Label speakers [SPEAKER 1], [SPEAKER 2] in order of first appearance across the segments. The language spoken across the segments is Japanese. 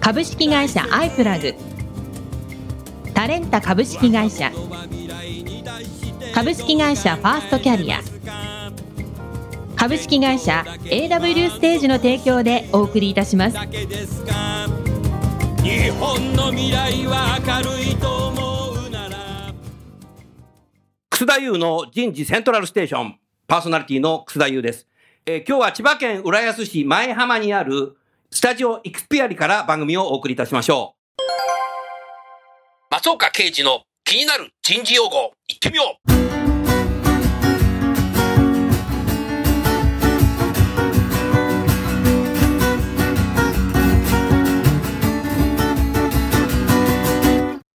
[SPEAKER 1] 株式会社アイプラグタレンタ株式会社株式会社ファーストキャリア株式会社 AW ステージの提供でお送りいたします
[SPEAKER 2] 日本の未来は明るいと思うなら楠田優の人事セントラルステーションパーソナリティの楠田優です、えー今日は千葉県浦安市前浜にあるスタジオイクスピアリから番組をお送りいたしましょう松岡刑事の気になる人事用語いってみよう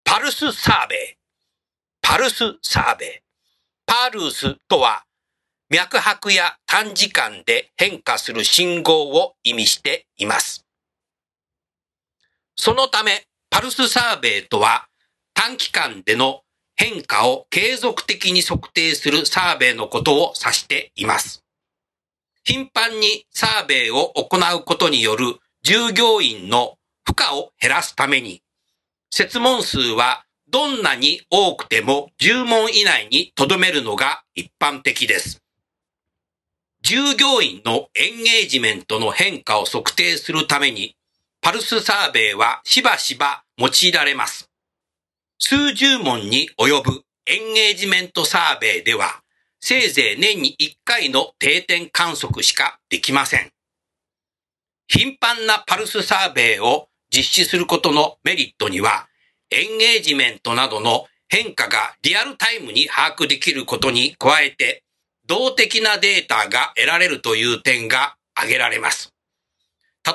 [SPEAKER 2] パルスサーベイ。パルスサーベイ。パルスとは、脈拍や短時間で変化する信号を意味しています。そのため、パルスサーベイとは、短期間での変化を継続的に測定するサーベイのことを指しています。頻繁にサーベイを行うことによる従業員の負荷を減らすために、設問数はどんなに多くても10問以内に留めるのが一般的です。従業員のエンゲージメントの変化を測定するために、パルスサーベイはしばしば用いられます。数十問に及ぶエンゲージメントサーベイでは、せいぜい年に1回の定点観測しかできません。頻繁なパルスサーベイを実施することのメリットには、エンゲージメントなどの変化がリアルタイムに把握できることに加えて、動的なデータが得られるという点が挙げられます。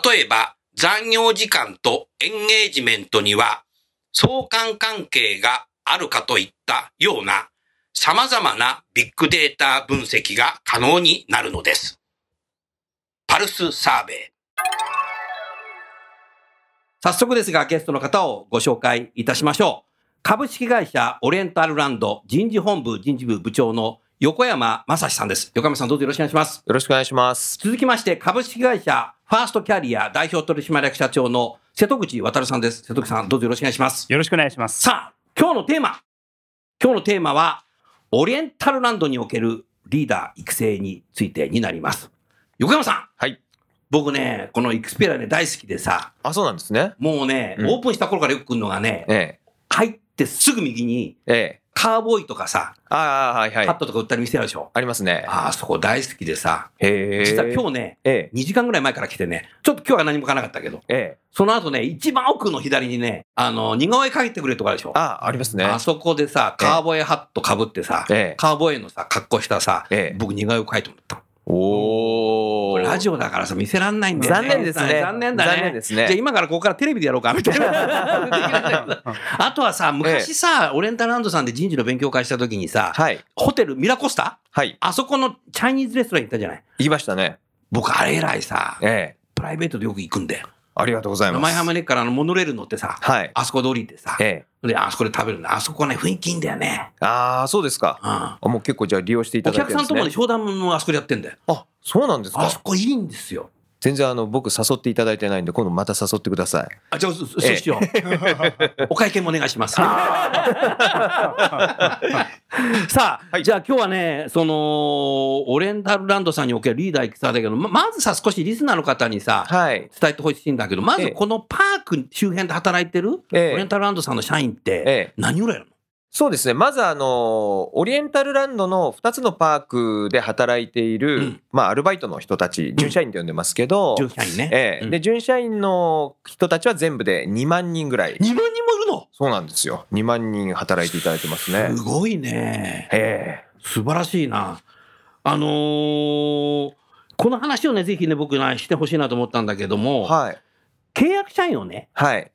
[SPEAKER 2] 例えば、残業時間とエンゲージメントには相関関係があるかといったような様々なビッグデータ分析が可能になるのです。パルスサーベイ。早速ですが、ゲストの方をご紹介いたしましょう。株式会社オリエンタルランド人事本部人事部部長の横山正史さんです。横山さんどうぞよろしくお願いします。
[SPEAKER 3] よろしくお願いします。
[SPEAKER 2] 続きまして、株式会社ファーストキャリア代表取締役社長の瀬戸口渉さんです。瀬戸口さんどうぞよろしくお願いします。
[SPEAKER 4] よろしくお願いします。
[SPEAKER 2] さあ、今日のテーマ。今日のテーマは、オリエンタルランドにおけるリーダー育成についてになります。横山さん
[SPEAKER 3] はい。
[SPEAKER 2] 僕ね、このエクスペラね、大好きでさ、
[SPEAKER 3] あ、そうなんですね。
[SPEAKER 2] もうね、
[SPEAKER 3] うん
[SPEAKER 2] オープンした頃からよく来るのがね、
[SPEAKER 3] え
[SPEAKER 2] 入ってすぐ右に、
[SPEAKER 3] え。ええ。
[SPEAKER 2] カーボーイとかさ、
[SPEAKER 3] ああ、はいは
[SPEAKER 2] パッ
[SPEAKER 3] い。
[SPEAKER 2] ドとか売ったり店あるでしょ。
[SPEAKER 3] ありますね。
[SPEAKER 2] ああ、そこ大好きでさ、
[SPEAKER 3] へえ。
[SPEAKER 2] 実は今
[SPEAKER 3] 日。
[SPEAKER 2] 日ね、
[SPEAKER 3] ええ。
[SPEAKER 2] 2時間ぐらい前から来てね、ちょっと今日は何も買わなかったけど、
[SPEAKER 3] ええ。
[SPEAKER 2] その後ね、一番奥の左にね、あの、似顔絵描いてくれとかあるでしょ。
[SPEAKER 3] ああ、ありますね。
[SPEAKER 2] あそこでさ、
[SPEAKER 3] ええ
[SPEAKER 2] カーボーイハットかぶってさ、
[SPEAKER 3] ええ。
[SPEAKER 2] カーボーイのさ、格好したさ、
[SPEAKER 3] ええ
[SPEAKER 2] 僕似顔絵を描いてもらった。
[SPEAKER 3] おお。
[SPEAKER 2] ラジ
[SPEAKER 3] オ。
[SPEAKER 2] オだからさ、見せらんないんだよね。
[SPEAKER 3] 残念ですね。
[SPEAKER 2] 残念だね。
[SPEAKER 3] 残念です
[SPEAKER 2] じゃあ
[SPEAKER 3] ね。
[SPEAKER 2] 今からここからテレビでやろうかみたいな。 あとはさ、昔さ、オレンタランドさんで人事の勉強会した時にさ、
[SPEAKER 3] はい。
[SPEAKER 2] ホテルミラコスタ
[SPEAKER 3] はい。
[SPEAKER 2] あそこのチャイニーズレストラン行ったじゃない
[SPEAKER 3] 言いましたね。
[SPEAKER 2] 僕あれ以来さ、
[SPEAKER 3] ええ。
[SPEAKER 2] プライベートでよく行くんだよ。
[SPEAKER 3] ありがとうございます。
[SPEAKER 2] 前浜根っからあのモノレール乗ってさ、
[SPEAKER 3] はい。
[SPEAKER 2] あそこで降りてさ
[SPEAKER 3] え、え。
[SPEAKER 2] で、あそこで食べるんだ。あそこね、雰囲気いいんだよね。
[SPEAKER 3] ああ、そうですか。
[SPEAKER 2] うん。
[SPEAKER 3] あもう結構じゃあ利用していた
[SPEAKER 2] お
[SPEAKER 3] だい
[SPEAKER 2] 客
[SPEAKER 3] て
[SPEAKER 2] さ
[SPEAKER 3] る
[SPEAKER 2] ん
[SPEAKER 3] です
[SPEAKER 2] と
[SPEAKER 3] ね。
[SPEAKER 2] もね、商談もあそこでやってんだよ。
[SPEAKER 3] あ、そうなんです
[SPEAKER 2] あ
[SPEAKER 3] か
[SPEAKER 2] そ。こいいんですよ。
[SPEAKER 3] 全然あの僕誘っていただいてないんで今度また誘ってください。
[SPEAKER 2] あ、じゃあ、そそうしよう。 お会計もお願いします。 さあ、
[SPEAKER 3] はい
[SPEAKER 2] じゃあ今日はね、その、オレンタルランドさんにおけるリーダー育成だけど、ままずさ、少しリスナーの方にさ、
[SPEAKER 3] はい。
[SPEAKER 2] 伝えてほしいんだけど、ま
[SPEAKER 3] え
[SPEAKER 2] ず
[SPEAKER 3] え
[SPEAKER 2] このパーク周辺で働いてる、
[SPEAKER 3] ええ
[SPEAKER 2] オレンタルランドさんの社員っ
[SPEAKER 3] え
[SPEAKER 2] て、
[SPEAKER 3] え。
[SPEAKER 2] 何ぐらいなの
[SPEAKER 3] そうですね。まずあの、オリエンタルランドの2つのパークで働いている、
[SPEAKER 2] うん
[SPEAKER 3] まあ、アルバイトの人たち、準社員と呼んでますけど、
[SPEAKER 2] 従社員ね。
[SPEAKER 3] ええ
[SPEAKER 2] うん
[SPEAKER 3] で、準社員の人たちは全部で2万人ぐらい。
[SPEAKER 2] 2万人もい
[SPEAKER 3] そうなんですよ。2万人働いていただいてます
[SPEAKER 2] る
[SPEAKER 3] ね
[SPEAKER 2] の。すごいね。
[SPEAKER 3] え
[SPEAKER 2] 素晴らしいな。あのーこの話をね、ぜひね、僕ね、してほしいなと思ったんだけど
[SPEAKER 3] え
[SPEAKER 2] も、
[SPEAKER 3] はい。
[SPEAKER 2] 契約社員をね、
[SPEAKER 3] はい。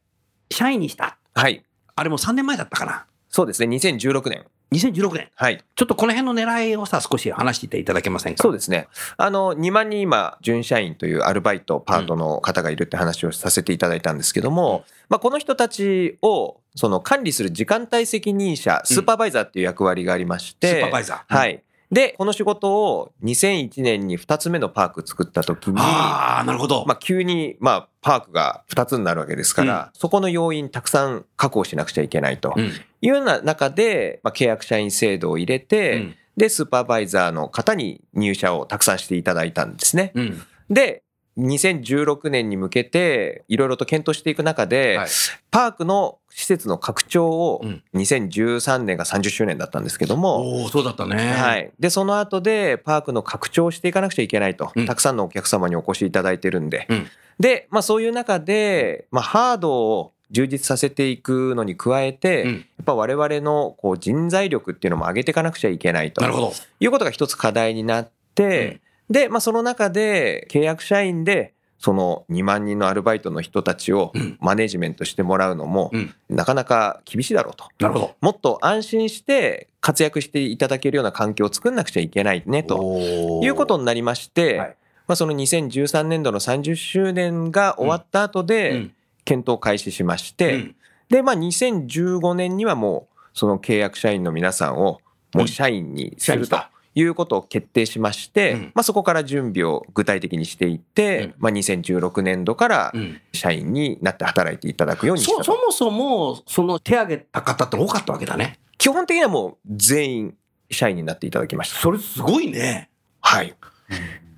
[SPEAKER 2] 社員にした。
[SPEAKER 3] はい。
[SPEAKER 2] あれもう3年前だったかな。
[SPEAKER 3] そうですね。2016年。
[SPEAKER 2] 2016年。
[SPEAKER 3] はい。
[SPEAKER 2] ちょっとこの辺の狙いをさ、少し話していただけませんか
[SPEAKER 3] そうですね。あの、2万人今、準社員というアルバイトパートの方がいるって話をさせていただいたんですけども、まあ、この人たちを、その管理する時間帯責任者、スーパーバイザーっていう役割がありまして、
[SPEAKER 5] スーパーバイザー。
[SPEAKER 3] はい。で、この仕事を2001年に2つ目のパーク作った時に、ま
[SPEAKER 2] ああ、なるほど。
[SPEAKER 3] あ、急に、まあ、パークが2つになるわけですから、そこの要員たくさん確保しなくちゃいけないと
[SPEAKER 5] うん
[SPEAKER 3] いうような中で、まあ、契約社員制度を入れ
[SPEAKER 5] う
[SPEAKER 3] て、
[SPEAKER 5] ん
[SPEAKER 3] で、スーパーバイザーの方に入社をたくさんしていただいたんですね。
[SPEAKER 5] うん
[SPEAKER 3] で、2016年に向けて、いろいろと検討していく中で、
[SPEAKER 5] はい
[SPEAKER 3] パークの施設の拡張を
[SPEAKER 5] うん、
[SPEAKER 3] 2013年が30周年だったんですけども、
[SPEAKER 5] おお、そうだったね。
[SPEAKER 3] はい。で、その後で、パークの拡張をしていかなくちゃいけないと、
[SPEAKER 5] うん
[SPEAKER 3] たくさんのお客様にお越しいただいてるんで、
[SPEAKER 5] うん
[SPEAKER 3] で、まあそういう中で、まあハードを充実させていくのに加えて、
[SPEAKER 5] うん
[SPEAKER 3] やっぱ我々のこう人材力っていうのも上げていかなくちゃいけないと。
[SPEAKER 5] なるほど。
[SPEAKER 3] いうことが一つ課題になって、で、まあ、その中で契約社員でその2万人のアルバイトの人たちを
[SPEAKER 5] うん
[SPEAKER 3] マネジメントしてもらうのも、
[SPEAKER 5] うん
[SPEAKER 3] なかなか厳しいだろうと。
[SPEAKER 5] なるほ
[SPEAKER 3] もっと安心して活躍していただけるような環境を作んなくちゃいけないね
[SPEAKER 5] ど。
[SPEAKER 3] と
[SPEAKER 5] おー
[SPEAKER 3] いうことになりまして、
[SPEAKER 2] はい
[SPEAKER 3] まあ、その2013年度の30周年が終わった後で、
[SPEAKER 5] うん
[SPEAKER 3] 検討を開始しまして、
[SPEAKER 5] うん
[SPEAKER 3] で、まあ、2015年にはもうその契約社員の皆さんをもう社員にす
[SPEAKER 5] 社員
[SPEAKER 3] る
[SPEAKER 5] にし
[SPEAKER 3] と
[SPEAKER 5] た
[SPEAKER 3] いうことを決定しまして、
[SPEAKER 5] うん
[SPEAKER 3] まあ、そこから準備を具体的にしていって、
[SPEAKER 5] うん
[SPEAKER 3] まあ、2016年度から
[SPEAKER 5] うん
[SPEAKER 3] 社員になって働いていただくようにし
[SPEAKER 2] そ
[SPEAKER 3] た
[SPEAKER 2] そ
[SPEAKER 3] と
[SPEAKER 2] もそも、その手挙げた方って多かったわけだね。
[SPEAKER 3] 基本的にはもう全員社員になっていただきました
[SPEAKER 2] それすごいね。
[SPEAKER 3] はい、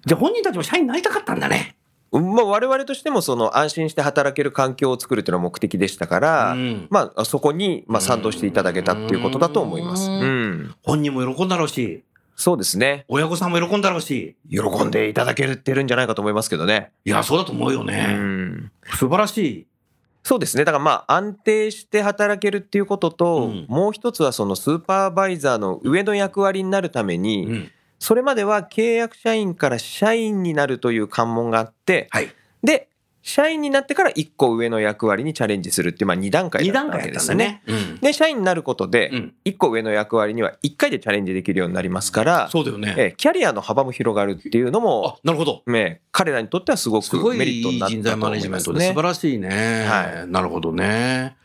[SPEAKER 2] じゃあ本人たちも社員になりたかったんだね。
[SPEAKER 3] まあ、我々としてもその安心して働ける環境を作るというのが目的でしたから、
[SPEAKER 5] うん
[SPEAKER 3] まあ、そこにまあ賛同していただけたっていうことだと思います。
[SPEAKER 5] うん
[SPEAKER 3] うん、
[SPEAKER 2] 本人も喜んだろうし、
[SPEAKER 3] そうですね。
[SPEAKER 2] 親御さんも喜んだろうし。
[SPEAKER 3] 喜んでいただけてるんじゃないかと思いますけどね。
[SPEAKER 2] いや、そうだと思うよ
[SPEAKER 3] う
[SPEAKER 2] ね。
[SPEAKER 3] ん、
[SPEAKER 2] 素晴らしい。
[SPEAKER 3] そうですね。だからまあ安定して働けるっていうことと、
[SPEAKER 5] うん
[SPEAKER 3] もう一つはそのスーパーバイザーの上の役割になるために、
[SPEAKER 5] うん
[SPEAKER 3] それまでは契約社員から社員になるという関門があって、
[SPEAKER 5] はい
[SPEAKER 3] で、社員になってから一個上の役割にチャレンジするっていう、まあ2段階
[SPEAKER 2] 二
[SPEAKER 3] だっ
[SPEAKER 2] 段
[SPEAKER 3] たわ
[SPEAKER 2] 階やっ
[SPEAKER 3] けで
[SPEAKER 2] たん
[SPEAKER 3] す
[SPEAKER 2] だ
[SPEAKER 3] ね。
[SPEAKER 2] ね。
[SPEAKER 5] うん
[SPEAKER 3] で、社員になること
[SPEAKER 5] う
[SPEAKER 3] で、
[SPEAKER 5] ん
[SPEAKER 3] 一個上の役割には一回でチャレンジできるようになりますから、
[SPEAKER 5] そうだよね。
[SPEAKER 3] ええキャリアの幅も広がるっていうのも、
[SPEAKER 5] あ、なるほど。
[SPEAKER 3] ね、彼らにとってはすご
[SPEAKER 5] す
[SPEAKER 3] く
[SPEAKER 5] ごい
[SPEAKER 3] メリットになった
[SPEAKER 5] 人
[SPEAKER 3] と
[SPEAKER 5] 材マ
[SPEAKER 3] 思
[SPEAKER 5] ネジ
[SPEAKER 3] い
[SPEAKER 5] メ
[SPEAKER 3] ま
[SPEAKER 5] ン
[SPEAKER 3] す
[SPEAKER 5] トで素
[SPEAKER 3] ね
[SPEAKER 5] 晴。らしいね。
[SPEAKER 3] は
[SPEAKER 5] なるほどね。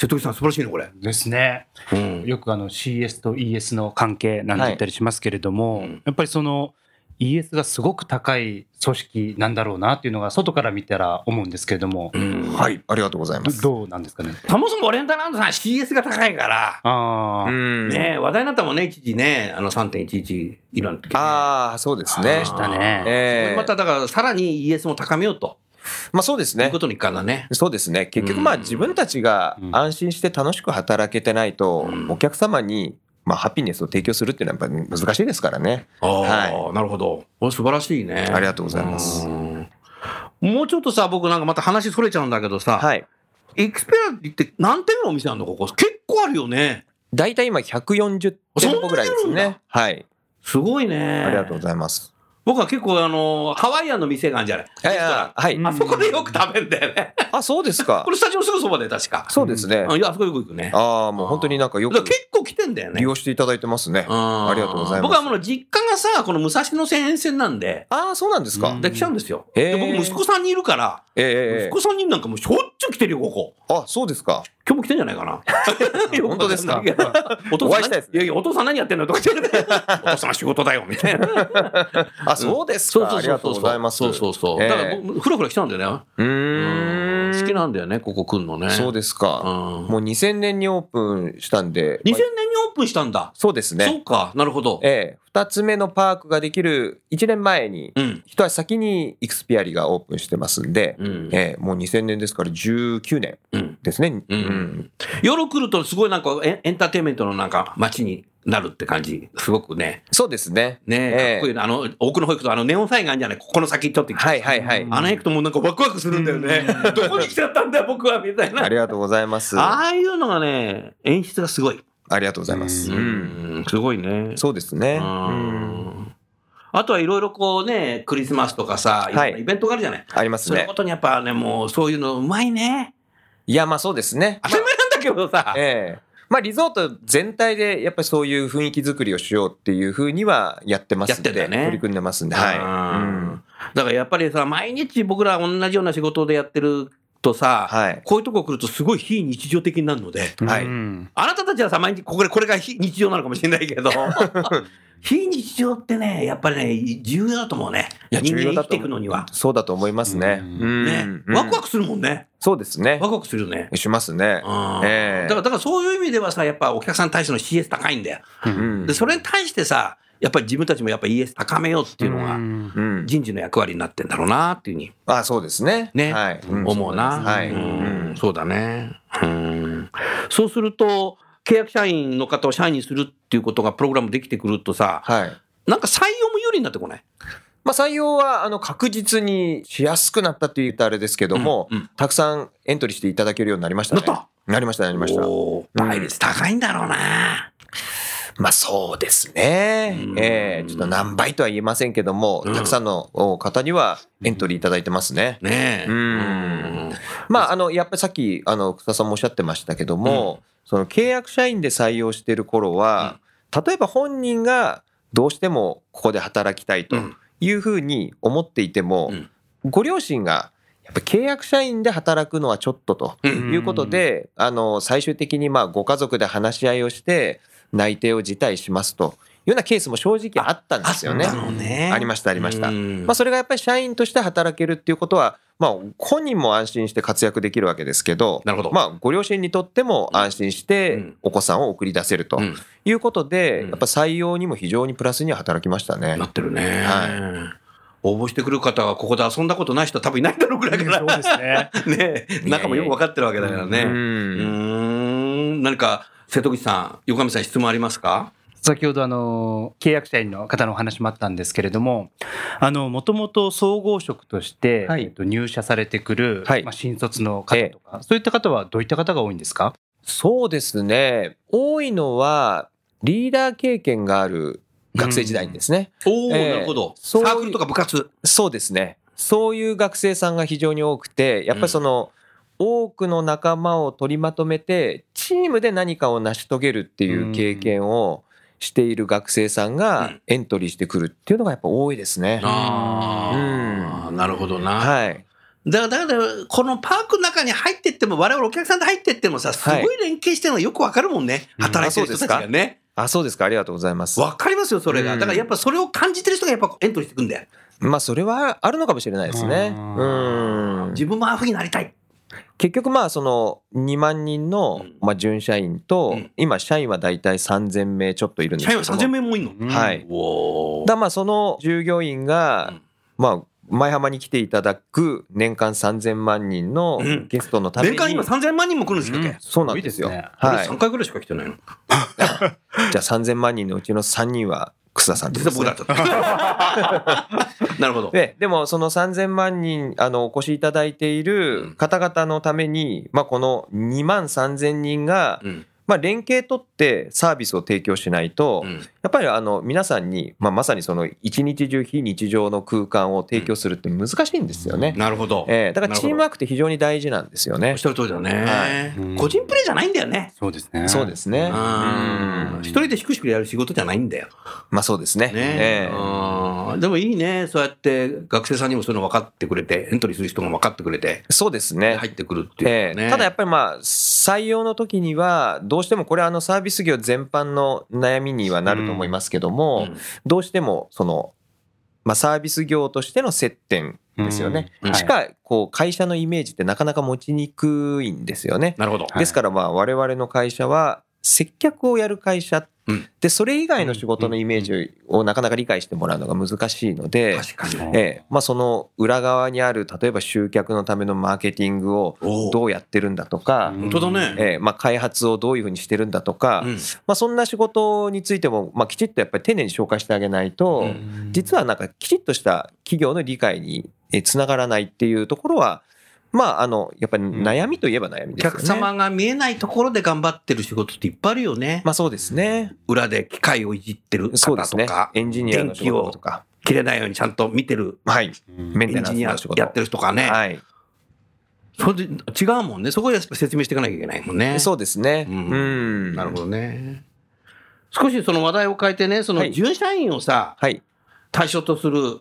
[SPEAKER 2] 瀬戸口さん素晴らしいね、これ。
[SPEAKER 6] ですね。
[SPEAKER 5] うん。
[SPEAKER 6] よくあの CS と ES の関係なんて言ったりしますけれども、
[SPEAKER 5] はいうん
[SPEAKER 6] やっぱりその ES がすごく高い組織なんだろうなっていうのが外から見たら思うんですけれども、
[SPEAKER 5] うん
[SPEAKER 3] はい、ありがとうございま
[SPEAKER 6] ど
[SPEAKER 3] す。
[SPEAKER 6] どうなんですかね。
[SPEAKER 2] そもそもオレンタランドさん CS が高いから、
[SPEAKER 6] ああ、
[SPEAKER 3] ん
[SPEAKER 2] ね話題になったもんね、一時ね、あの3.11いろんな時ね
[SPEAKER 3] ああ、そうですね
[SPEAKER 6] で。したね。
[SPEAKER 3] ええ
[SPEAKER 2] まただから、さらに ES も高めようと
[SPEAKER 3] まあそうです
[SPEAKER 2] いう
[SPEAKER 3] ね
[SPEAKER 2] こ。とに一貫だね。
[SPEAKER 3] そうですね。結局まあ
[SPEAKER 5] うん
[SPEAKER 3] 自分たちが
[SPEAKER 6] うん
[SPEAKER 3] 安心して楽しく働けてないと
[SPEAKER 5] う、ん
[SPEAKER 3] お客様にまあハピネスを提供するっていうのはやっぱ難しいですからね。
[SPEAKER 2] ああ、
[SPEAKER 3] は
[SPEAKER 2] なるほど。これ素晴らしいね。
[SPEAKER 3] ありがとうございます
[SPEAKER 2] うん。もうちょっとさ、僕なんかまた話それちゃうんだけどさ、
[SPEAKER 3] はい。
[SPEAKER 2] エクスペラティって何店のお店あるのここ。結構あるよね。
[SPEAKER 3] 大体今140店舗ぐらいです
[SPEAKER 2] そんなにあるん
[SPEAKER 3] ね。はい。
[SPEAKER 2] すごいね。
[SPEAKER 3] ありがとうございます。
[SPEAKER 2] 僕は結構あの、ハワイアンの店があるんじゃない
[SPEAKER 3] いやいや、はい
[SPEAKER 6] うん。
[SPEAKER 2] あそこでよく食べんだよ ね。
[SPEAKER 3] あ、そうですか
[SPEAKER 2] こ。れスタジオすぐそばで確か。
[SPEAKER 3] そうですね
[SPEAKER 2] う。んいや、あそこよく行くね。
[SPEAKER 3] ああ、もう本当になんかよ
[SPEAKER 2] だから
[SPEAKER 3] く
[SPEAKER 2] 結構来てんだよね。
[SPEAKER 3] 利用していただいてますね。
[SPEAKER 2] あ
[SPEAKER 3] ありがとうございます
[SPEAKER 2] 僕はもう実家がさ、この武蔵野線沿線なんで、
[SPEAKER 3] ああ、そうなんですか。
[SPEAKER 6] うん
[SPEAKER 2] できちゃうんですよ。で
[SPEAKER 3] へー
[SPEAKER 2] 僕、息子さんにいるから、
[SPEAKER 3] ええええ
[SPEAKER 2] 息子さんになんかもうしょっちゅう来てるよ、ここ。
[SPEAKER 3] あ、そうですか。
[SPEAKER 2] 今日も来てんじゃないかな。
[SPEAKER 3] 本当ですか
[SPEAKER 2] よくわかんないけどお父
[SPEAKER 3] お
[SPEAKER 2] さ
[SPEAKER 3] 会
[SPEAKER 2] ん
[SPEAKER 3] いした
[SPEAKER 2] 何
[SPEAKER 3] いです
[SPEAKER 2] いやいや、お父さん何やってんのとか言 ってお父さんは仕事だよ、みたいな。
[SPEAKER 3] あ、そうですか。ありがとうございます。
[SPEAKER 2] そうそうそう。
[SPEAKER 3] ええ
[SPEAKER 2] だから僕、ふらふら来たんだよね。
[SPEAKER 3] う
[SPEAKER 2] うん
[SPEAKER 3] ーん。
[SPEAKER 2] 好きなんだよね、ここ来んのね。
[SPEAKER 3] そうですか。
[SPEAKER 2] うん
[SPEAKER 3] もう2000年にオープンしたんで。
[SPEAKER 2] 2000年にオープンしたんだ。
[SPEAKER 3] そうです
[SPEAKER 2] そ
[SPEAKER 3] ね。
[SPEAKER 2] うか、なるほど。
[SPEAKER 3] ええ、2つ目のパークができる1年前に、
[SPEAKER 2] うん。
[SPEAKER 3] 一足先にイクスピアリがオープンしてますんで、
[SPEAKER 2] うん。
[SPEAKER 3] ええ、もう2000年ですから19年
[SPEAKER 2] うん
[SPEAKER 3] ですね。
[SPEAKER 5] うん
[SPEAKER 2] 夜来るとすごいなんかエンエンターテインメントのなんか街になるって感じ。すごくね。
[SPEAKER 3] そうですね。
[SPEAKER 2] ね
[SPEAKER 3] ええ
[SPEAKER 2] かっこいいな。あの、奥の方行くとあのネオンサインがあるんじゃないここの先ちょっと行く。
[SPEAKER 3] はいはいはい。
[SPEAKER 2] あの行くともうなんかワクワクするんだよね。どこに来ちゃったんだよ僕はみたいな。
[SPEAKER 3] あ
[SPEAKER 2] あ
[SPEAKER 3] りがとうございます。あ
[SPEAKER 2] あいうのがね、演出がすごい。
[SPEAKER 3] りがとうございます。
[SPEAKER 6] う
[SPEAKER 3] うん
[SPEAKER 2] すごいね。
[SPEAKER 3] そうですね。
[SPEAKER 2] う
[SPEAKER 3] うん
[SPEAKER 2] んあとはいろいろこうね、クリスマスとかさ、いろんなイベントがあるじゃない。
[SPEAKER 3] あります
[SPEAKER 2] それ
[SPEAKER 3] ね
[SPEAKER 2] こ。とにやっぱね、もうそういうのうまいね。
[SPEAKER 3] いや、まあそうですね。
[SPEAKER 2] 当たり前なんだけどさ。
[SPEAKER 3] ええまあリゾート全体でやっぱりそういう雰囲気作りをしようっていうふうにはやってますん
[SPEAKER 2] やって
[SPEAKER 3] で、
[SPEAKER 2] んだよね
[SPEAKER 3] 取り組んでますんで、はい。
[SPEAKER 2] は
[SPEAKER 3] うん
[SPEAKER 2] い。だからやっぱりさ、毎日僕ら同じような仕事でやってるとさ、
[SPEAKER 3] はい。
[SPEAKER 2] こういうとこ来るとすごい非日常的になるので、
[SPEAKER 3] はい
[SPEAKER 6] うん
[SPEAKER 2] あなたたちはさ、毎日、ここで、これが非日常なのかもしれないけ ど、非日常ってね、やっぱりね、重要だと思うね。
[SPEAKER 3] いや
[SPEAKER 2] 人間
[SPEAKER 3] 重要だ
[SPEAKER 2] 生
[SPEAKER 3] と思う
[SPEAKER 2] きていくのには。
[SPEAKER 3] そうだと思いますね。
[SPEAKER 6] うん
[SPEAKER 3] うん
[SPEAKER 2] ね
[SPEAKER 3] う、ん
[SPEAKER 2] ワクワクするもんね。
[SPEAKER 3] そうですね
[SPEAKER 2] ワ。クワクするよね。
[SPEAKER 3] しますね。
[SPEAKER 2] うん
[SPEAKER 3] ええ
[SPEAKER 2] だから、だからそういう意味ではさ、やっぱお客さんに対しての CS 高いんだよ。
[SPEAKER 3] うん
[SPEAKER 2] で、それに対してさ、やっぱり自分たちもやっぱ ES 高めようっていうのが、
[SPEAKER 3] うん。
[SPEAKER 2] 人事の役割になってんだろうなっていうふうに
[SPEAKER 3] あ、そうですね。
[SPEAKER 2] ね、
[SPEAKER 3] はい。ん
[SPEAKER 2] 思うな。
[SPEAKER 3] はい。
[SPEAKER 2] うん
[SPEAKER 3] うん
[SPEAKER 2] そうだね。うんそうすると、契約社員の方を社員にするっていうことがプログラムできてくるとさ、
[SPEAKER 3] はい。
[SPEAKER 2] なんか採用も有利になってこない
[SPEAKER 3] まあ、採用はあの確実にしやすくなったって言うとあれですけども、
[SPEAKER 2] うんうん
[SPEAKER 3] たくさんエントリーしていただけるようになりましたね。
[SPEAKER 2] なった
[SPEAKER 3] なりました、なりました。
[SPEAKER 2] おー
[SPEAKER 3] うん
[SPEAKER 2] 倍率高いんだろうな。
[SPEAKER 3] まあそうですね
[SPEAKER 2] う。ん
[SPEAKER 3] ええちょっと何倍とは言えませんけども、
[SPEAKER 2] うん
[SPEAKER 3] たくさんのお方にはエントリーいただいてますね。
[SPEAKER 2] ねえ。
[SPEAKER 3] うんまああのやっぱりさっきあの福田さんもおっしゃってましたけども、その契約社員で採用している頃は、例えば本人がどうしてもここで働きたいと
[SPEAKER 2] うん
[SPEAKER 3] いうふうに思っていても、
[SPEAKER 2] うん
[SPEAKER 3] ご両親がやっぱ契約社員で働くのはちょっとと
[SPEAKER 2] うん
[SPEAKER 3] いうことで、あの最終的にまあご家族で話し合いをして内定を辞退しますというようなケースも正直あったんですよね。
[SPEAKER 2] あったのね。
[SPEAKER 3] ありましたありました。
[SPEAKER 2] うん
[SPEAKER 3] まあ、それがやっぱり社員として働けるっていうことは、まあ、本人も安心して活躍できるわけですけど、
[SPEAKER 2] なるほど。
[SPEAKER 3] まあ、ご両親にとっても安心し
[SPEAKER 2] う
[SPEAKER 3] て
[SPEAKER 2] ん
[SPEAKER 3] お子さんを送り出せると
[SPEAKER 2] うん
[SPEAKER 3] いうことで、
[SPEAKER 2] うん
[SPEAKER 3] やっぱ採用にも非常にプラスには働きましたね
[SPEAKER 2] な。ってるね。
[SPEAKER 3] は
[SPEAKER 2] 応募してくる方は、ここで遊んだことない人は多分いないだろうぐらいか
[SPEAKER 6] そう
[SPEAKER 2] ら。
[SPEAKER 6] ですね。
[SPEAKER 2] ね
[SPEAKER 3] や
[SPEAKER 2] 中もよく分かってるわけだからね。う
[SPEAKER 3] う
[SPEAKER 2] んーん何か瀬戸口さん、横上さん、質問ありますか
[SPEAKER 6] 先ほどあの契約社員の方のお話もあったんですけれどもあのもともと総合職として、
[SPEAKER 3] はい
[SPEAKER 6] えっと入社されてくる、
[SPEAKER 3] はい
[SPEAKER 6] まあ、新卒の方とか、そういった方はどういった方が多いんですか
[SPEAKER 3] そうですね多いのはリーダー経験がある学生時代にですね、
[SPEAKER 2] おお、
[SPEAKER 3] ええ
[SPEAKER 2] なるほど。サ
[SPEAKER 3] そういう
[SPEAKER 2] ークルとか部活。
[SPEAKER 3] そうですねそういう学生さんが非常に多くてやっぱりその、多くの仲間を取りまとめてチームで何かを成し遂げるっていう経験をしている学生さん
[SPEAKER 2] う
[SPEAKER 3] が
[SPEAKER 2] ん
[SPEAKER 3] エントリーしてくるっていうのがやっぱ多いですね。
[SPEAKER 2] ああ、なるほどな。
[SPEAKER 3] はい、
[SPEAKER 2] だから、だからこのパークの中に入ってっても、我々お客さんで入ってってもさ、すご
[SPEAKER 3] はい
[SPEAKER 2] い連携してるのがよくわかるもんね。
[SPEAKER 6] うん
[SPEAKER 2] 働いてる人たちがね。
[SPEAKER 3] あそうですかありがとうございます。
[SPEAKER 2] わかりますよ、それが。
[SPEAKER 3] うん
[SPEAKER 2] だからやっぱそれを感じてる人がやっぱエントリーしてくんだよ。
[SPEAKER 3] まあそれはあるのかもしれないですね。
[SPEAKER 6] う
[SPEAKER 3] うん
[SPEAKER 2] 自分もああいうふうになりたい。
[SPEAKER 3] 結局まあその2万人
[SPEAKER 2] う
[SPEAKER 3] の
[SPEAKER 2] ん
[SPEAKER 3] まあ準社員と
[SPEAKER 2] うん
[SPEAKER 3] 今社員は大体3,000名ちょっといるんです
[SPEAKER 2] 社
[SPEAKER 3] け
[SPEAKER 2] 員
[SPEAKER 3] ど
[SPEAKER 2] は
[SPEAKER 3] も
[SPEAKER 2] 3000名もいんの。
[SPEAKER 3] はい
[SPEAKER 2] おー
[SPEAKER 3] だまあその従業員
[SPEAKER 2] う
[SPEAKER 3] が
[SPEAKER 2] ん
[SPEAKER 3] まあ前浜に来ていただく年間3,000万人の
[SPEAKER 2] うん
[SPEAKER 3] ゲストのため
[SPEAKER 2] 年
[SPEAKER 3] に
[SPEAKER 2] 間今3000万人も来るんですよ、
[SPEAKER 6] うん
[SPEAKER 2] ね
[SPEAKER 3] そうなんですよ
[SPEAKER 6] 多い
[SPEAKER 3] は
[SPEAKER 6] で
[SPEAKER 3] い
[SPEAKER 6] すね
[SPEAKER 2] 3回ぐらいしか来てないの。
[SPEAKER 3] じゃあ3,000万人のうちの3人は草さんです
[SPEAKER 2] 実は僕だった なるほど。
[SPEAKER 3] ででもその3,000万人あのお越しいただいている方々のためにまあこの2万3,000人が
[SPEAKER 2] うん
[SPEAKER 3] まあ連携取ってサービスを提供しないと
[SPEAKER 2] うん
[SPEAKER 3] やっぱりあの皆さんに、まあ、まさにその一日中非日常の空間を提供するって難しいんですよね。
[SPEAKER 2] なるほど。
[SPEAKER 3] ええだからチームワ
[SPEAKER 2] なるほど
[SPEAKER 3] ークって非常に大事なんですよね
[SPEAKER 2] おっ。しゃる通りだね
[SPEAKER 6] はい。
[SPEAKER 2] 個人プレイじゃないんだよね。
[SPEAKER 6] そうですね
[SPEAKER 3] そうですね。うん
[SPEAKER 2] うん一人でしくしくやる仕事じゃないんだよ。
[SPEAKER 3] まあそうですね。
[SPEAKER 2] ね
[SPEAKER 3] ええ
[SPEAKER 2] うんでもいいね。そうやって学生さんにもそういうの分かってくれて、エントリーする人も分かってくれて、
[SPEAKER 3] そうですね。
[SPEAKER 2] 入ってくるってい
[SPEAKER 3] え
[SPEAKER 2] う
[SPEAKER 3] え
[SPEAKER 2] ね。
[SPEAKER 3] ただやっぱりまあ採用の時にはどうしてもこれあのサービス業全般の悩みにはなると思いますけども、
[SPEAKER 2] うん
[SPEAKER 3] どうしてもその、まあ、サービス業としての接点ですよね、
[SPEAKER 2] うん
[SPEAKER 3] しかこう会社のイメージってなかなか持ちにくいんですよね。
[SPEAKER 2] なるほど。
[SPEAKER 6] はい
[SPEAKER 3] ですからまあ我々の会社は接客をやる会社、
[SPEAKER 2] うん
[SPEAKER 3] でそれ以外の仕事のイメージをなかなか理解してもらうのが難しいので、
[SPEAKER 2] 確かに。
[SPEAKER 3] ええまあ、その裏側にある例えば集客のためのマーケティングを
[SPEAKER 2] おー
[SPEAKER 3] どうやってるんだとか、
[SPEAKER 6] うん
[SPEAKER 2] 本当だね。
[SPEAKER 3] ええまあ、開発をどういうふうにしてるんだとか、
[SPEAKER 2] うん
[SPEAKER 3] まあ、そんな仕事についても、まあ、きちっとやっぱり丁寧に紹介してあげない
[SPEAKER 2] う
[SPEAKER 3] と、
[SPEAKER 2] ん
[SPEAKER 3] 実はなんかきちっとした企業の理解につながらないっていうところはまああのやっぱり悩みといえば悩み
[SPEAKER 2] お
[SPEAKER 3] ですよね。
[SPEAKER 2] 客様が見えないところで頑張ってる仕事っていっぱいあるよね。
[SPEAKER 3] まあそうですね。
[SPEAKER 2] 裏で機械をいじってる
[SPEAKER 3] そ
[SPEAKER 2] 方
[SPEAKER 3] うで
[SPEAKER 2] と
[SPEAKER 3] すね
[SPEAKER 2] か。、
[SPEAKER 3] エンジニアの仕事とか、
[SPEAKER 2] 切れないようにちゃんと見てる
[SPEAKER 3] はい。メ
[SPEAKER 6] う
[SPEAKER 3] ン
[SPEAKER 2] エ
[SPEAKER 3] テ
[SPEAKER 2] ンジ
[SPEAKER 3] ナンス
[SPEAKER 2] ニア
[SPEAKER 3] の仕事。
[SPEAKER 2] やってる人かね、
[SPEAKER 3] はい。
[SPEAKER 2] それで違うもんねそこでやっぱ説明していかなきゃいけないもんね
[SPEAKER 3] そうですね。
[SPEAKER 2] う
[SPEAKER 3] うんん。
[SPEAKER 2] なるほどね少しその話題を変えてねそ
[SPEAKER 3] は
[SPEAKER 2] の
[SPEAKER 3] い
[SPEAKER 2] 準社員をさ
[SPEAKER 3] はい。
[SPEAKER 2] 対象とする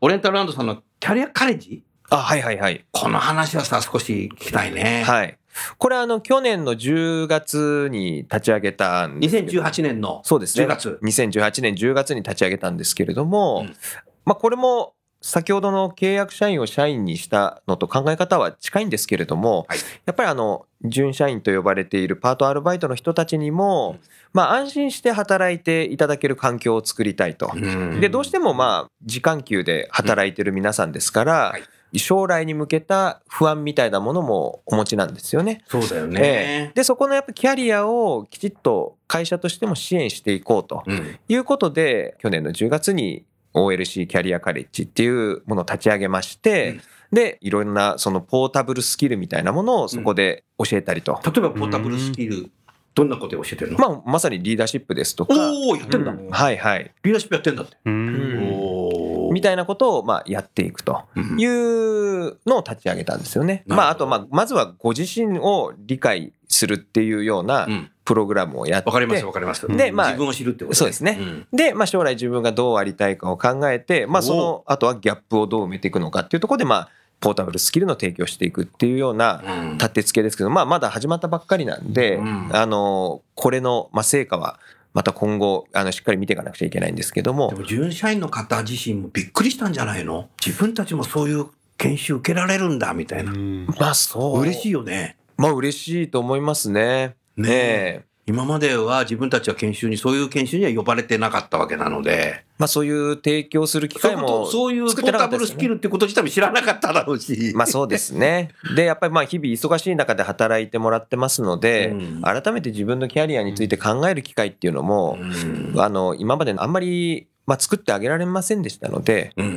[SPEAKER 2] オレンタルランドさんのキャリアカレッジ
[SPEAKER 3] あ、はいはいはい。
[SPEAKER 2] この話はさ少し聞きたいね、
[SPEAKER 3] はい。これあの、去年の10月に立ち上げたんですけど。
[SPEAKER 2] 2018年の
[SPEAKER 3] そうですね。
[SPEAKER 2] 10月
[SPEAKER 3] 2018年10月に立ち上げたんですけれども、
[SPEAKER 2] うん
[SPEAKER 3] まあこれも先ほどの契約社員を社員にしたのと考え方は近いんですけれども、
[SPEAKER 2] はい
[SPEAKER 3] やっぱりあの、準社員と呼ばれているパートアルバイトの人たちにも、まあ安心して働いていただける環境を作りたいと。
[SPEAKER 2] うん
[SPEAKER 3] で、どうしてもまあ、時間給で働いてる皆さんですから、
[SPEAKER 2] うんは
[SPEAKER 3] 将来に向けた不安みたいなものもお持ちなんですよね。
[SPEAKER 2] そうだよ
[SPEAKER 3] ええでそこのやっぱキャリアをきちっと会社としても支援していこうと
[SPEAKER 2] うん
[SPEAKER 3] いうことで去年の10月に OLC キャリアカレッジっていうものを立ち上げまして、でいろんなそのポータブルスキルみたいなものをそこで教えたりと、
[SPEAKER 2] 例えばポータブルスキルどんなことで教えてるの、
[SPEAKER 3] まあ、まさにリーダーシップですとか、
[SPEAKER 2] おおやってんだ、
[SPEAKER 3] うんはいはい、
[SPEAKER 2] リーダーシップやってんだって、
[SPEAKER 6] ん
[SPEAKER 3] うん
[SPEAKER 2] おー
[SPEAKER 3] みたいなことをまあやっていくと
[SPEAKER 2] うん
[SPEAKER 3] いうのを立ち上げたんですよね。
[SPEAKER 2] なるほど
[SPEAKER 3] まあ、あとまあまずはご自身を理解するっていうような
[SPEAKER 2] うん
[SPEAKER 3] プログラムをやって、
[SPEAKER 2] わかりますわかります、
[SPEAKER 3] でまあ
[SPEAKER 2] 自分を知るってこと
[SPEAKER 3] そうですね
[SPEAKER 2] ん
[SPEAKER 3] で、まあ、将来自分がどうありたいかを考えて、まあ、そのあとはギャップをどう埋めていくのかっていうところで、まあ、ポータブルスキルの提供していくっていうような
[SPEAKER 2] うん
[SPEAKER 3] 立て付けですけど、まあ、まだ始まったばっかりなんで、
[SPEAKER 2] うん
[SPEAKER 3] あのこれの、まあ、成果はまた今後あのしっかり見ていかなくちゃいけないんですけども
[SPEAKER 2] でも準社員の方自身もびっくりしたんじゃないの自分たちもそういう研修受けられるんだみたいな、
[SPEAKER 3] まあそう
[SPEAKER 2] 嬉しいよね
[SPEAKER 3] まあ嬉しいと思いますね。
[SPEAKER 2] ねえ
[SPEAKER 3] ねえ
[SPEAKER 2] 今までは自分たちは研修にそういう研修には呼ばれてなかったわけなので
[SPEAKER 3] まあ、そういう提供する機
[SPEAKER 2] そうい
[SPEAKER 3] 会
[SPEAKER 2] うこと
[SPEAKER 3] も
[SPEAKER 2] そういうポ
[SPEAKER 3] 作って
[SPEAKER 2] ー
[SPEAKER 3] なか
[SPEAKER 2] タ
[SPEAKER 3] った
[SPEAKER 2] ブ
[SPEAKER 3] で
[SPEAKER 2] ル
[SPEAKER 3] す
[SPEAKER 2] ス
[SPEAKER 3] よ
[SPEAKER 2] キ
[SPEAKER 3] ね。
[SPEAKER 2] ルってこと自体も知らなかっただろうし、
[SPEAKER 3] まあそうですね。でやっぱりまあ日々忙しい中で働いてもらってますので、
[SPEAKER 2] うん
[SPEAKER 3] 改めて自分のキャリアについて考える機会っていうのも、
[SPEAKER 2] うん
[SPEAKER 3] あの今まであんまり、まあ、作ってあげられませんでしたので、
[SPEAKER 2] う
[SPEAKER 3] うん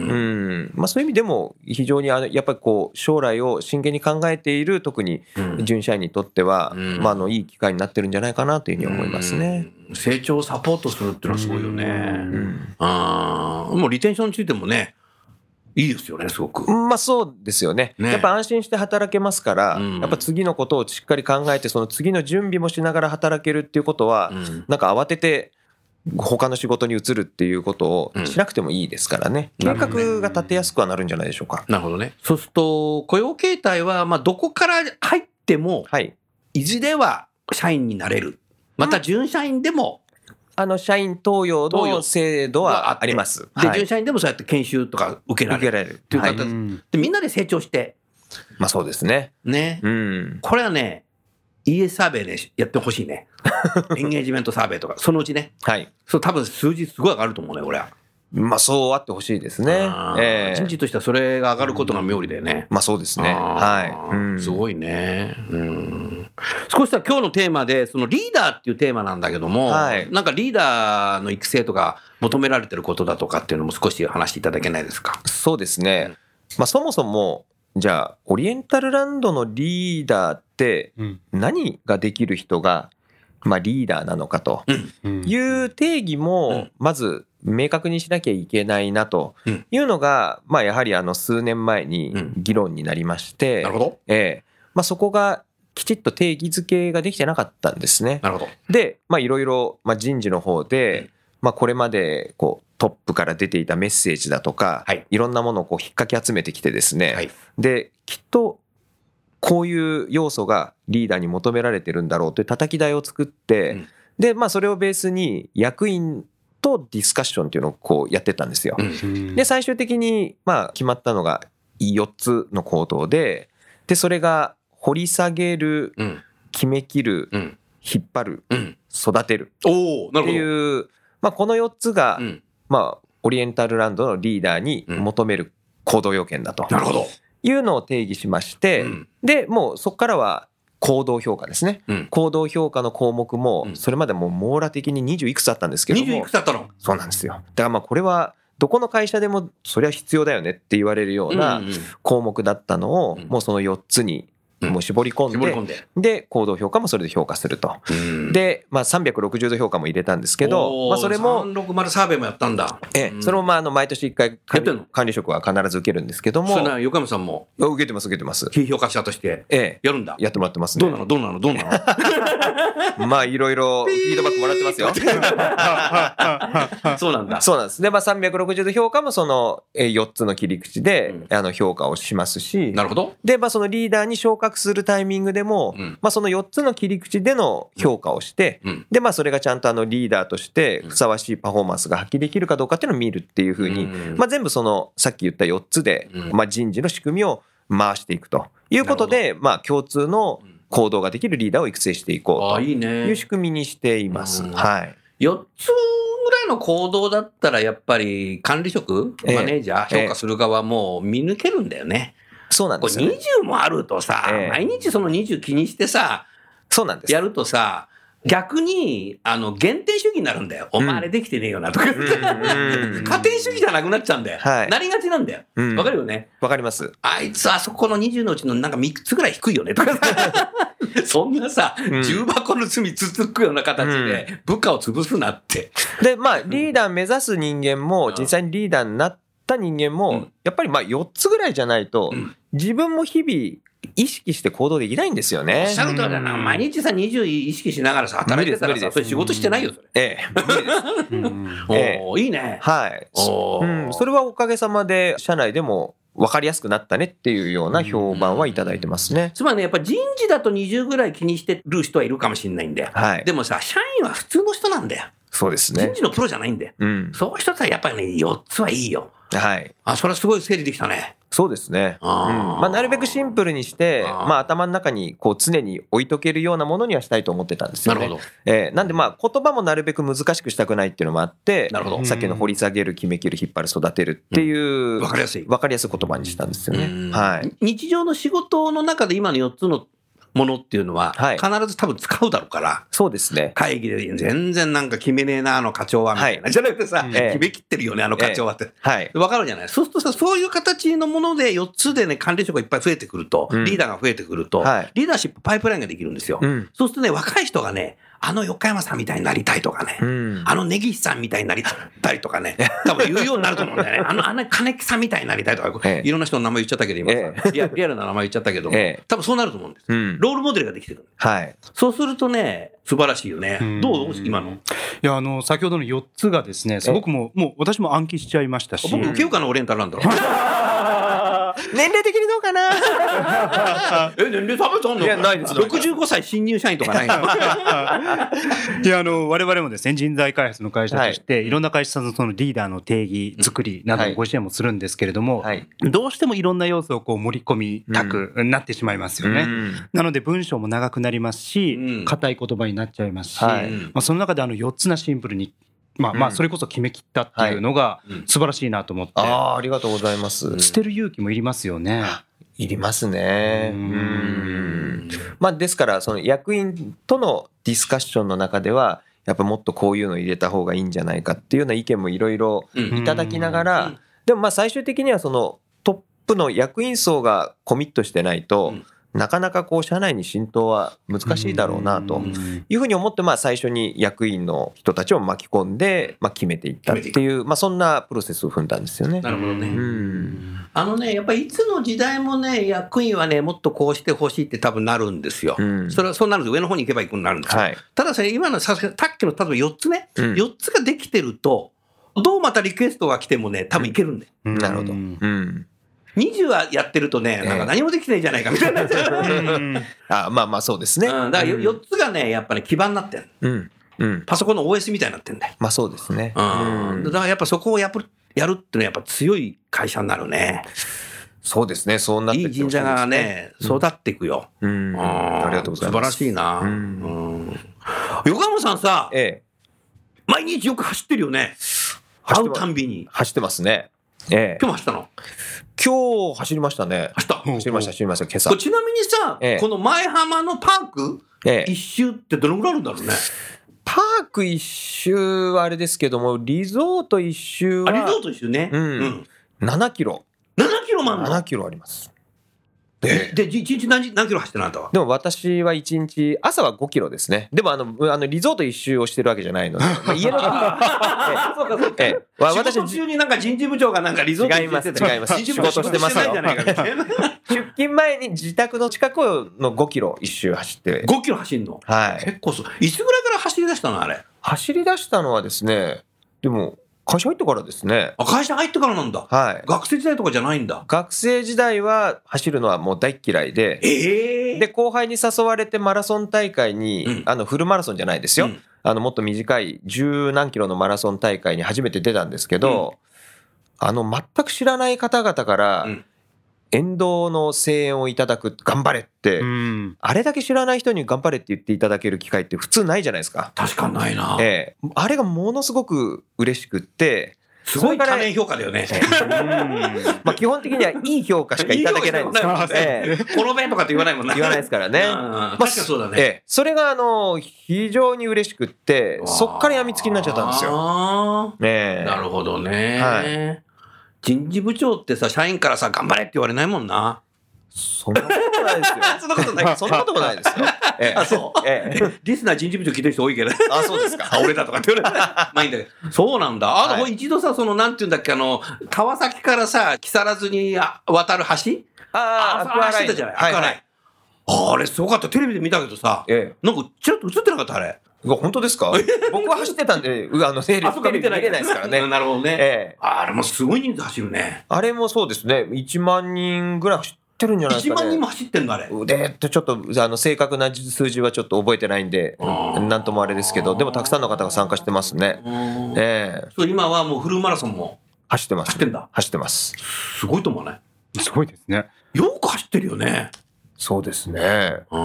[SPEAKER 3] んまあ、そういう意味でも非常にあのやっぱりこう将来を真剣に考えている特に
[SPEAKER 2] うん
[SPEAKER 3] 準社員にとっては、
[SPEAKER 2] うん
[SPEAKER 3] まあ、あのいい機会になってるんじゃないかなというふうに思いますね。
[SPEAKER 2] うん成長をサポートするっていうのはすごいよ
[SPEAKER 3] う
[SPEAKER 2] ね。
[SPEAKER 3] ん
[SPEAKER 2] あーもうリテンションについてもね、いいですよね、すごく。
[SPEAKER 3] まあそうですよね
[SPEAKER 2] ね
[SPEAKER 3] やっぱ安心して働けますから、
[SPEAKER 2] うん
[SPEAKER 3] やっぱ次のことをしっかり考えてその次の準備もしながら働けるっていうことは、
[SPEAKER 2] うん
[SPEAKER 3] なんか慌てて他の仕事に移るっていうこと
[SPEAKER 2] うん
[SPEAKER 3] をしなくてもいいですからね、
[SPEAKER 2] な
[SPEAKER 3] 計
[SPEAKER 2] るほどね
[SPEAKER 3] 画が立てやすくはなるんじゃないでしょうか。
[SPEAKER 2] なるほどね。そうすると、雇用形態は、まあ、どこから入っても、
[SPEAKER 3] はい、
[SPEAKER 2] いずれは社員になれる。また、準社員でも、
[SPEAKER 3] あの社員登用
[SPEAKER 2] 登用
[SPEAKER 3] の制度
[SPEAKER 2] はあっ
[SPEAKER 3] は
[SPEAKER 2] て
[SPEAKER 3] あります。
[SPEAKER 2] で、
[SPEAKER 3] はい
[SPEAKER 2] 準社員でもそうやって研修とか受けられ
[SPEAKER 3] 受け
[SPEAKER 2] る。
[SPEAKER 3] られる
[SPEAKER 2] という
[SPEAKER 3] は
[SPEAKER 2] 形
[SPEAKER 3] い、
[SPEAKER 2] で、みんなで成長して、
[SPEAKER 3] まあそうですね。
[SPEAKER 2] ね。
[SPEAKER 3] うん。
[SPEAKER 2] これはね、ES サーベイね、やってほしい ね。エンゲージメントサーベイとか、そのうちね。
[SPEAKER 3] はい。
[SPEAKER 2] そう、多分数字すごい上がると思うね、俺は。
[SPEAKER 3] まあそうあってほしいですね
[SPEAKER 2] あ。ー
[SPEAKER 3] ええ
[SPEAKER 2] 人事としてはそれが上がることが妙理だよね。
[SPEAKER 3] まあそうですね。
[SPEAKER 2] あ
[SPEAKER 3] はい。
[SPEAKER 2] ー
[SPEAKER 3] うん
[SPEAKER 2] すごいね。うん。少しさ、今日のテーマで、そのリーダーっていうテーマなんだけども、
[SPEAKER 3] はい
[SPEAKER 2] なんかリーダーの育成とか、求められてることだとかっていうのも少し話していただけないですか。
[SPEAKER 3] そうです
[SPEAKER 2] うん
[SPEAKER 3] ね。まあそもそも、じゃあ、オリエンタルランドのリーダーって何ができる人が、まあリーダーなのかという定義
[SPEAKER 2] う
[SPEAKER 3] も
[SPEAKER 2] ん、
[SPEAKER 3] まず明確にしなきゃいけないなと
[SPEAKER 2] うん
[SPEAKER 3] いうのが、まあやはりあの数年前に
[SPEAKER 2] うん
[SPEAKER 3] 議論になりまして、
[SPEAKER 2] ほど。
[SPEAKER 3] ええまあ、そこがきちっと定義づけができてなかったんですね。
[SPEAKER 2] なるほど。
[SPEAKER 3] で、まあ、いろいろ、まあ、人事の方
[SPEAKER 2] うん
[SPEAKER 3] で、まあ、これまでこうトップから出ていたメッセージだとか、
[SPEAKER 2] はい
[SPEAKER 3] ろんなものをこう引っかき集めてきてですね、
[SPEAKER 2] はい
[SPEAKER 3] できっとこういう要素がリーダーに求められてるんだろうという叩き台を作って、
[SPEAKER 2] うん
[SPEAKER 3] で、まあ、それをベースに役員とディスカッションっていうのをこうやってたんですよ。
[SPEAKER 2] うん
[SPEAKER 3] で最終的にまあ決まったのが4つの行動ででそれが掘り下げる
[SPEAKER 2] うん。
[SPEAKER 3] 決めきる
[SPEAKER 2] うん。
[SPEAKER 3] 引っ張る
[SPEAKER 2] うん。
[SPEAKER 3] 育てる
[SPEAKER 2] おおな
[SPEAKER 3] ってい
[SPEAKER 2] る
[SPEAKER 3] う、まあ、この4つが
[SPEAKER 2] ほど。、ん。
[SPEAKER 3] まあ、オリエンタルランドのリーダーに求める行動要件だと
[SPEAKER 2] なるほど。
[SPEAKER 3] いうのを定義しまして、
[SPEAKER 2] うん
[SPEAKER 3] でもうそこからは行動評価ですね、
[SPEAKER 2] うん
[SPEAKER 3] 行動評価の項目も
[SPEAKER 2] うん
[SPEAKER 3] それまでもう網羅的に20いくつあったんですけど
[SPEAKER 2] 20い
[SPEAKER 3] も
[SPEAKER 2] くつだったの
[SPEAKER 3] そうなんですよだからまあこれはどこの会社でもそりゃ必要だよねって言われるような
[SPEAKER 2] うんうん
[SPEAKER 3] 項目だったのを
[SPEAKER 2] うん
[SPEAKER 3] もうその4つに
[SPEAKER 5] うん
[SPEAKER 3] もう絞り込ん
[SPEAKER 5] 絞り
[SPEAKER 3] で、
[SPEAKER 5] 込んで。
[SPEAKER 3] で、行動評価もそれで評価すると。
[SPEAKER 5] うん、
[SPEAKER 3] で、まあ、360度評価も入れたんですけど、
[SPEAKER 5] おー
[SPEAKER 3] まあ、それも、
[SPEAKER 2] 360サーベイもやったんだ。
[SPEAKER 3] え
[SPEAKER 5] う
[SPEAKER 3] え、
[SPEAKER 5] ん
[SPEAKER 3] それもまああの毎年1回
[SPEAKER 2] や
[SPEAKER 3] 管
[SPEAKER 2] ってん
[SPEAKER 3] 理
[SPEAKER 2] の
[SPEAKER 3] 管理職は必ず受けるんですけども
[SPEAKER 2] それなら横山さんも
[SPEAKER 3] 受けてます受けてます
[SPEAKER 2] 非評価者として
[SPEAKER 3] ええ
[SPEAKER 2] やるんだ。
[SPEAKER 3] やってもらってます
[SPEAKER 2] どうな
[SPEAKER 3] ね
[SPEAKER 2] のどうなのどうなの
[SPEAKER 3] まあいろいろフィードバックもらってま すよ
[SPEAKER 2] そうなんだ。
[SPEAKER 3] そうなんですでまあ360度評価もそのえー4つの切り口で
[SPEAKER 2] うん
[SPEAKER 3] あの評価をしますし
[SPEAKER 2] なるほど。
[SPEAKER 3] でまあそのリーダーに昇格するタイミングでも
[SPEAKER 2] うん
[SPEAKER 3] まあその4つの切り口での評価をして
[SPEAKER 2] うん
[SPEAKER 3] でまあそれがちゃんとあのリーダーとしてふさわしいパフォーマンスが発揮できるかどうかっていうのを見るっていうふうに
[SPEAKER 2] うん
[SPEAKER 3] まあ、全部そのさっき言った4つで、
[SPEAKER 2] うん
[SPEAKER 3] まあ、人事の仕組みを回していくということで、まあ、共通の
[SPEAKER 2] うん
[SPEAKER 3] 行動ができるリーダーを育成していこ
[SPEAKER 2] ああ、
[SPEAKER 3] う
[SPEAKER 2] いい
[SPEAKER 3] と
[SPEAKER 2] ね
[SPEAKER 3] いう。仕組みにしています。
[SPEAKER 2] うん
[SPEAKER 3] はい、
[SPEAKER 2] 4つぐらいの行動だったら、やっぱり管理職、
[SPEAKER 3] ええ
[SPEAKER 2] マネージャ
[SPEAKER 3] ええ
[SPEAKER 2] ー、評価する側も見抜けるんだよね。
[SPEAKER 3] そうなん
[SPEAKER 2] こ
[SPEAKER 3] で
[SPEAKER 2] れ
[SPEAKER 3] すよ
[SPEAKER 2] 20
[SPEAKER 3] ね、
[SPEAKER 2] もあるとさ、
[SPEAKER 3] ええ
[SPEAKER 2] 毎日その20気にしてさ、
[SPEAKER 3] そうなんです
[SPEAKER 2] やるとさ、逆に、あの、限定主義になるんだよ。お
[SPEAKER 3] うん
[SPEAKER 2] 前あれできてねえよなとか。
[SPEAKER 3] うん
[SPEAKER 2] 加点主義じゃなくなっちゃうんだよ。
[SPEAKER 3] はい
[SPEAKER 2] なりがちなんだよ。
[SPEAKER 3] うん
[SPEAKER 2] わかるよね。
[SPEAKER 3] わかります。
[SPEAKER 2] あいつあそこの20のうちのなんか3つぐらい低いよねと かさ。そんなさ、
[SPEAKER 3] ん
[SPEAKER 2] 重箱の罪続くような形で部下を潰すなって。
[SPEAKER 3] で、まあ、リーダー目指す人間も
[SPEAKER 2] う、ん
[SPEAKER 3] 実際にリーダーになった人間も、
[SPEAKER 2] うん
[SPEAKER 3] やっぱりまあ4つぐらいじゃないと
[SPEAKER 2] うん、
[SPEAKER 3] 自分も日々、意識して行動できないんですよ
[SPEAKER 2] お
[SPEAKER 3] ね
[SPEAKER 2] っし。ゃるとりだな。
[SPEAKER 6] うん
[SPEAKER 2] 毎日さ、20意識しながらさ、働いてた
[SPEAKER 3] 無
[SPEAKER 2] ら
[SPEAKER 3] 理
[SPEAKER 2] さ、
[SPEAKER 3] です無理です
[SPEAKER 2] それ仕事してないよ、それ。
[SPEAKER 3] ええ、無理です
[SPEAKER 6] うん
[SPEAKER 3] んええ
[SPEAKER 2] おーいいね。
[SPEAKER 3] はい。
[SPEAKER 2] おー
[SPEAKER 3] うん、それはおかげさまで社内でも分かりやすくなったねっていうような評判はいただいてますね。
[SPEAKER 2] つまりね、やっぱ人事だと20ぐらい気にしてる人はいるかもしれないんだよ。
[SPEAKER 3] はい。
[SPEAKER 2] でもさ、社員は普通の人なんだよ。
[SPEAKER 3] そうです
[SPEAKER 2] 人
[SPEAKER 3] ね。
[SPEAKER 2] 事のプロじゃないんだよ。
[SPEAKER 3] うん。
[SPEAKER 2] そういう人たちはやっぱりね、4つはいいよ。
[SPEAKER 3] はい。
[SPEAKER 2] あ、それはすごい整理できたね。
[SPEAKER 3] そうですね。うん
[SPEAKER 2] あー
[SPEAKER 3] まあ、なるべくシンプルにして、
[SPEAKER 2] あー
[SPEAKER 3] まあ、頭の中にこう常に置いとけるようなものにはしたいと思ってたんです
[SPEAKER 2] な
[SPEAKER 3] よ
[SPEAKER 2] る
[SPEAKER 3] ね。
[SPEAKER 2] ほど。
[SPEAKER 3] えーなんで、まあ、言葉もなるべく難しくしたくないっていうのもあって、
[SPEAKER 2] なるほど。
[SPEAKER 3] さっきの掘り下げる、決めきる、引っ張る、育てるっていう、
[SPEAKER 2] わかりやすい。
[SPEAKER 3] 分かりやすい言葉にしたんですよ
[SPEAKER 2] うん
[SPEAKER 3] ね。はい。
[SPEAKER 2] 日常の仕事の中で今の4つのものっていうのは、
[SPEAKER 3] はい
[SPEAKER 2] 必ず多分使うだろうから、
[SPEAKER 3] そうですね。
[SPEAKER 2] 会議で全然なんか決めねえな、あの課長は、みたいな。
[SPEAKER 3] は
[SPEAKER 2] じゃなくてさ、
[SPEAKER 6] うん
[SPEAKER 2] 決めきってるよね、あの課長はって。
[SPEAKER 3] はい。
[SPEAKER 2] わかるじゃないそうするとさ、そういう形のもので4つでね、管理職がいっぱい増えてくると、
[SPEAKER 3] うん
[SPEAKER 2] リーダーが増えてくると、
[SPEAKER 3] はい
[SPEAKER 2] リーダーシップパイプラインができるんですよ。
[SPEAKER 3] うん。
[SPEAKER 2] そうするとね、若い人がね、あの横山さんみたいになりたいとかね、
[SPEAKER 3] うん。
[SPEAKER 2] あの根岸さんみたいになりたいとかね、多分言うようになると思うんだ よね。あの、あの金木さんみたいになりたいとか、
[SPEAKER 3] ええ
[SPEAKER 2] いろんな人の名前言っちゃったけど、今さ、
[SPEAKER 3] え
[SPEAKER 2] リアリアルな名前言っちゃったけど、
[SPEAKER 3] ええ
[SPEAKER 2] 多分そうなると思うんです。
[SPEAKER 3] うん。
[SPEAKER 2] ロールモデルができてくる。
[SPEAKER 3] はい。
[SPEAKER 2] そうするとね、素晴らしいよね
[SPEAKER 6] う。ん
[SPEAKER 2] どう今の。
[SPEAKER 6] いや、あの、先ほどの4つがですね、すごくもう、もう私も暗記しちゃいましたし、
[SPEAKER 2] 僕、受けようかな、オレンタルなんだろう。
[SPEAKER 3] 年齢的にどうかな
[SPEAKER 2] え、年齢差別あんの
[SPEAKER 3] いやないです
[SPEAKER 2] 65歳新入社員とかないの
[SPEAKER 6] いや、あの、我々も ですね、人材開発の会社として、いろんな会社のそのリーダーの定義作りなど
[SPEAKER 3] はい
[SPEAKER 6] のご支援もするんですけれども、
[SPEAKER 3] はい。
[SPEAKER 6] どうしてもいろんな要素をこう盛り込みたくなってしまいますよね。なので文章も長くなります
[SPEAKER 2] うん
[SPEAKER 6] し、硬い言葉になっちゃいますし、
[SPEAKER 3] はい
[SPEAKER 6] まあ、その中であの4つなシンプルに、まあ、ま
[SPEAKER 3] う
[SPEAKER 6] あ
[SPEAKER 3] ん
[SPEAKER 6] それこそ決めきったっていうのが
[SPEAKER 2] うん
[SPEAKER 6] 素晴らしいなと思って、
[SPEAKER 3] ああ、ありがとうございます。
[SPEAKER 6] 捨てる勇気もいりますよね。
[SPEAKER 3] いりますね。う
[SPEAKER 6] うん
[SPEAKER 3] ん。まあ、ですから、その役員とのディスカッションの中では、やっぱもっとこういうの入れた方がいいんじゃないかっていうような意見もいろいろ
[SPEAKER 2] うん
[SPEAKER 3] いただきなが
[SPEAKER 2] う
[SPEAKER 3] ら
[SPEAKER 2] ん、
[SPEAKER 3] でもまあ最終的にはそのトップの役員層がコミットしてないと、なかなかこう社内に浸透は難しいだろうなと
[SPEAKER 6] んうん
[SPEAKER 3] いうふうに思って、まあ、最初に役員の人たちを巻き込んで、まあ、決めていったっていう、まあ、そんなプロセスを踏んだんですよね。
[SPEAKER 2] なるほど
[SPEAKER 3] う
[SPEAKER 2] ね。
[SPEAKER 3] ん
[SPEAKER 2] あのね、やっぱりいつの時代もね、役員はね、もっとこうしてほしいって多分なるんですよ。
[SPEAKER 3] うん
[SPEAKER 2] それはそうなると上の方に行けば行くになるんですよ。
[SPEAKER 3] はい。
[SPEAKER 2] ただそれ今のささっきの例えば4つね、
[SPEAKER 3] うん
[SPEAKER 2] 4つができてると、どうまたリクエストが来てもね、多分いけるんだよ。
[SPEAKER 3] なるほど。
[SPEAKER 6] う
[SPEAKER 3] うんん。
[SPEAKER 2] 20はやってるとね、なんか何もできてないじゃないかみた いな。
[SPEAKER 3] あまあまあそうですね。
[SPEAKER 2] うん、だからよ
[SPEAKER 3] うん
[SPEAKER 2] 4つがね、やっぱり、ね、基盤になってる。
[SPEAKER 3] うん。うん。
[SPEAKER 2] パソコンの OS みたいになってんだよ。
[SPEAKER 3] まあそうですね。
[SPEAKER 2] うん、
[SPEAKER 3] う
[SPEAKER 2] だ
[SPEAKER 3] ん
[SPEAKER 2] からやっぱそこをやっぱやるっていうのはやっぱ強い会社になるね。
[SPEAKER 3] そうですね。そうなって
[SPEAKER 2] い
[SPEAKER 3] きて
[SPEAKER 2] い
[SPEAKER 3] ほし
[SPEAKER 2] 人
[SPEAKER 3] いで
[SPEAKER 2] 材
[SPEAKER 3] す
[SPEAKER 2] が。ね、
[SPEAKER 3] うん
[SPEAKER 2] 育っていくよ。
[SPEAKER 3] うん。
[SPEAKER 2] ん
[SPEAKER 3] ありがとうございま
[SPEAKER 2] 素
[SPEAKER 3] す。
[SPEAKER 2] 晴らしいな。
[SPEAKER 3] う
[SPEAKER 2] うんん横山さんさ、
[SPEAKER 3] ええ。
[SPEAKER 2] 毎日よく走ってるよね。会
[SPEAKER 3] 走って
[SPEAKER 2] う
[SPEAKER 3] ます
[SPEAKER 2] たんびに。
[SPEAKER 3] 走ってますね。ええ。
[SPEAKER 2] 今日も走ったの
[SPEAKER 3] 今日走りましたね。
[SPEAKER 2] 走った。
[SPEAKER 3] 走りました、走りました、今
[SPEAKER 2] こ
[SPEAKER 3] 朝
[SPEAKER 2] れ。ちなみにさ、
[SPEAKER 3] ええ
[SPEAKER 2] この前浜のパーク
[SPEAKER 3] え
[SPEAKER 2] 一
[SPEAKER 3] え。
[SPEAKER 2] 周ってどのぐらいあるんだろうね。
[SPEAKER 3] パーク一周はあれですけども、リゾート一周
[SPEAKER 2] あリゾー
[SPEAKER 3] は
[SPEAKER 2] ト一周ね。
[SPEAKER 3] うん
[SPEAKER 2] うん
[SPEAKER 3] 7キロ。
[SPEAKER 2] 7キロもあるの
[SPEAKER 3] 7キロあります。って。
[SPEAKER 2] で、一日何時何キロ走ってるあなたは。
[SPEAKER 3] でも私は1日、朝は5キロですね。でもあの、あのリゾート一周をしてるわけじゃないので、まあ家 の
[SPEAKER 2] あそうかそう
[SPEAKER 3] ええわ
[SPEAKER 2] 仕
[SPEAKER 3] 私
[SPEAKER 2] 事中になんか人事部長がなんかリゾートに行ってて
[SPEAKER 3] 違います違います
[SPEAKER 2] 人事部長
[SPEAKER 3] 仕事してますよ
[SPEAKER 2] 仕事してないじゃないかみたいな
[SPEAKER 3] 出勤前に自宅の近くの5キロ一周走って、
[SPEAKER 2] 5キロ走るの。
[SPEAKER 3] はい。
[SPEAKER 2] 結構そう。いつぐらいから走り出したのあれ。
[SPEAKER 3] 走り出したのはですね、でも、会社入ってからですね。
[SPEAKER 2] あ、会社入ってからなんだ。
[SPEAKER 3] はい。
[SPEAKER 2] 学生時代とかじゃないんだ。
[SPEAKER 3] 学生時代は走るのはもう大っ嫌いで、
[SPEAKER 2] ええ
[SPEAKER 3] で、後輩に誘われてマラソン大会に、
[SPEAKER 2] うん
[SPEAKER 3] あの、フルマラソンじゃないですよ。
[SPEAKER 2] うん
[SPEAKER 3] あの、もっと短い十何キロのマラソン大会に初めて出たんですけど、あの、全く知らない方々から、
[SPEAKER 2] うん
[SPEAKER 3] 沿道の声援をいただく、頑張れって、
[SPEAKER 6] うん。
[SPEAKER 3] あれだけ知らない人に頑張れって言っていただける機会って普通ないじゃないですか。
[SPEAKER 2] 確かないな。
[SPEAKER 3] ええ、あれがものすごく嬉しくって、
[SPEAKER 2] すごい
[SPEAKER 3] それから
[SPEAKER 2] 多面評価だよね。
[SPEAKER 3] まあ、基本的にはいい評価しかいただけないんですよ。
[SPEAKER 2] いい評価しかない
[SPEAKER 3] ええ
[SPEAKER 2] 転べとかって言わないもんな。
[SPEAKER 3] 言わないですか らね。
[SPEAKER 2] うんうん確かそうだ
[SPEAKER 3] え
[SPEAKER 2] ね。
[SPEAKER 3] え、それがあの非常に嬉しくってそっからやみつきになっちゃったんですよ。
[SPEAKER 2] よ。
[SPEAKER 3] ねえ
[SPEAKER 2] なるほどね。
[SPEAKER 3] は
[SPEAKER 2] 人事部長ってさ、社員からさ、頑張れって言われないもんな。
[SPEAKER 3] そんなことないですよ。
[SPEAKER 2] そん なことない。
[SPEAKER 3] そんなことないですよ。ええ
[SPEAKER 2] あ、そう。
[SPEAKER 3] ええ、
[SPEAKER 2] リスナー人事部長聞いてる人多い けど、
[SPEAKER 3] あそうですか。
[SPEAKER 2] あ、俺だとかって言わ れて。まあいいんだけど。そうなんだ。あの、
[SPEAKER 3] はい
[SPEAKER 2] ほ一度さ、その、なんて言うんだっけ、あの、川崎からさ、木更津にあ渡る橋
[SPEAKER 3] あ
[SPEAKER 2] あ走ってたじゃない。ア
[SPEAKER 3] はい
[SPEAKER 2] クア
[SPEAKER 3] は
[SPEAKER 2] ライ
[SPEAKER 3] い
[SPEAKER 2] ン。あれ、すごかった。テレビで見たけどさ、
[SPEAKER 3] ええ
[SPEAKER 2] なんか、ちらっと映ってなかった、あれ。
[SPEAKER 3] うわ本当で すか僕は走ってたんで、うあの、テレビ
[SPEAKER 2] あ、そっか、
[SPEAKER 3] テレ
[SPEAKER 2] 見て
[SPEAKER 3] ビ見
[SPEAKER 2] ない。
[SPEAKER 3] れないですからね。
[SPEAKER 2] なるほどね。
[SPEAKER 3] ええ。
[SPEAKER 2] あれもすごい人数走るね。
[SPEAKER 3] あれもそうですね、1万人ぐらい走ってるんじゃないです
[SPEAKER 2] 1万
[SPEAKER 3] か
[SPEAKER 2] 人
[SPEAKER 3] ね
[SPEAKER 2] も。走ってんの、あれ。
[SPEAKER 3] でってちょっとあの正確な数字はちょっと覚えてないんで、
[SPEAKER 2] うん
[SPEAKER 3] なんともあれですけど、でもたくさんの方が参加してますね。
[SPEAKER 2] うん
[SPEAKER 3] ええ、
[SPEAKER 2] そう今はもうフルマラソンも
[SPEAKER 3] 走ってま
[SPEAKER 2] 走っ
[SPEAKER 3] す
[SPEAKER 2] て。んだ。
[SPEAKER 3] 走ってます。
[SPEAKER 2] すごいと思わない
[SPEAKER 6] すごいですね。
[SPEAKER 2] よく走ってるよね。
[SPEAKER 3] そうですね。
[SPEAKER 2] うん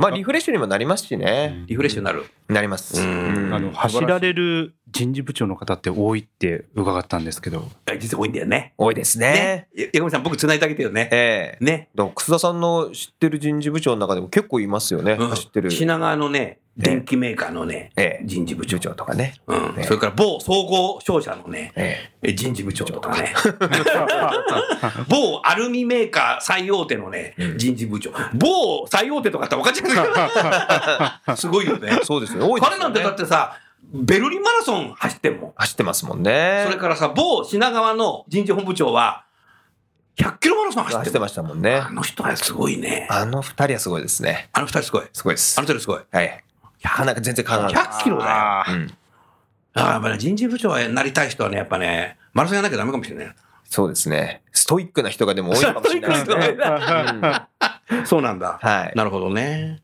[SPEAKER 3] まあリフレッシュにもなりますしね。
[SPEAKER 2] リフレッシュになる。
[SPEAKER 3] なります。
[SPEAKER 2] うん
[SPEAKER 6] あの走られる人事部長の方って多いって伺ったんですけど、
[SPEAKER 2] あ実は多いんだよね。
[SPEAKER 3] 多いですね
[SPEAKER 2] ね。。や矢上さん、僕繋いであげてよね。
[SPEAKER 3] ええ。
[SPEAKER 2] ね。
[SPEAKER 3] でも楠田さんの知ってる人事部長の中でも結構いますよね。
[SPEAKER 2] うん
[SPEAKER 3] 走ってる。
[SPEAKER 2] 品川のね、
[SPEAKER 3] え
[SPEAKER 2] 電機メーカーのね、
[SPEAKER 3] ええ。
[SPEAKER 2] 人事部長
[SPEAKER 3] 部。長とかね。
[SPEAKER 2] うん
[SPEAKER 3] ええ
[SPEAKER 2] それから某総合商社のね、
[SPEAKER 3] え
[SPEAKER 2] え人事部長とかね。 某アルミメーカー最大手のね、人事部長。某最大手とかって分かっちゃ うすごいよね
[SPEAKER 3] え。。そうですね。多いです
[SPEAKER 2] 彼
[SPEAKER 3] よね。
[SPEAKER 2] なんてだってさ、ベルリンマラソン走ってんもん。
[SPEAKER 3] 走ってますもんね。
[SPEAKER 2] それからさ、某品川の人事本部長は、100キロマラソン走ってんも
[SPEAKER 3] 走って
[SPEAKER 2] ん
[SPEAKER 3] ましたもんね
[SPEAKER 2] あ。の人はすごいね。
[SPEAKER 3] あの二人はすごいですね。
[SPEAKER 2] あの二人すごい。
[SPEAKER 3] すごいです
[SPEAKER 2] あの。人すごい。
[SPEAKER 3] はい。かなか全然かなわない。
[SPEAKER 2] 100キロだよ。あ
[SPEAKER 6] あー
[SPEAKER 3] うん
[SPEAKER 2] あ、やっぱね、人事部長になりたい人はね、やっぱね、マラソンやらなきゃダメかもしれ ない。
[SPEAKER 3] そうですね。ストイックな人がでも多いかもしれないですね。
[SPEAKER 2] そうなんだ。
[SPEAKER 3] はい。
[SPEAKER 2] なるほどね。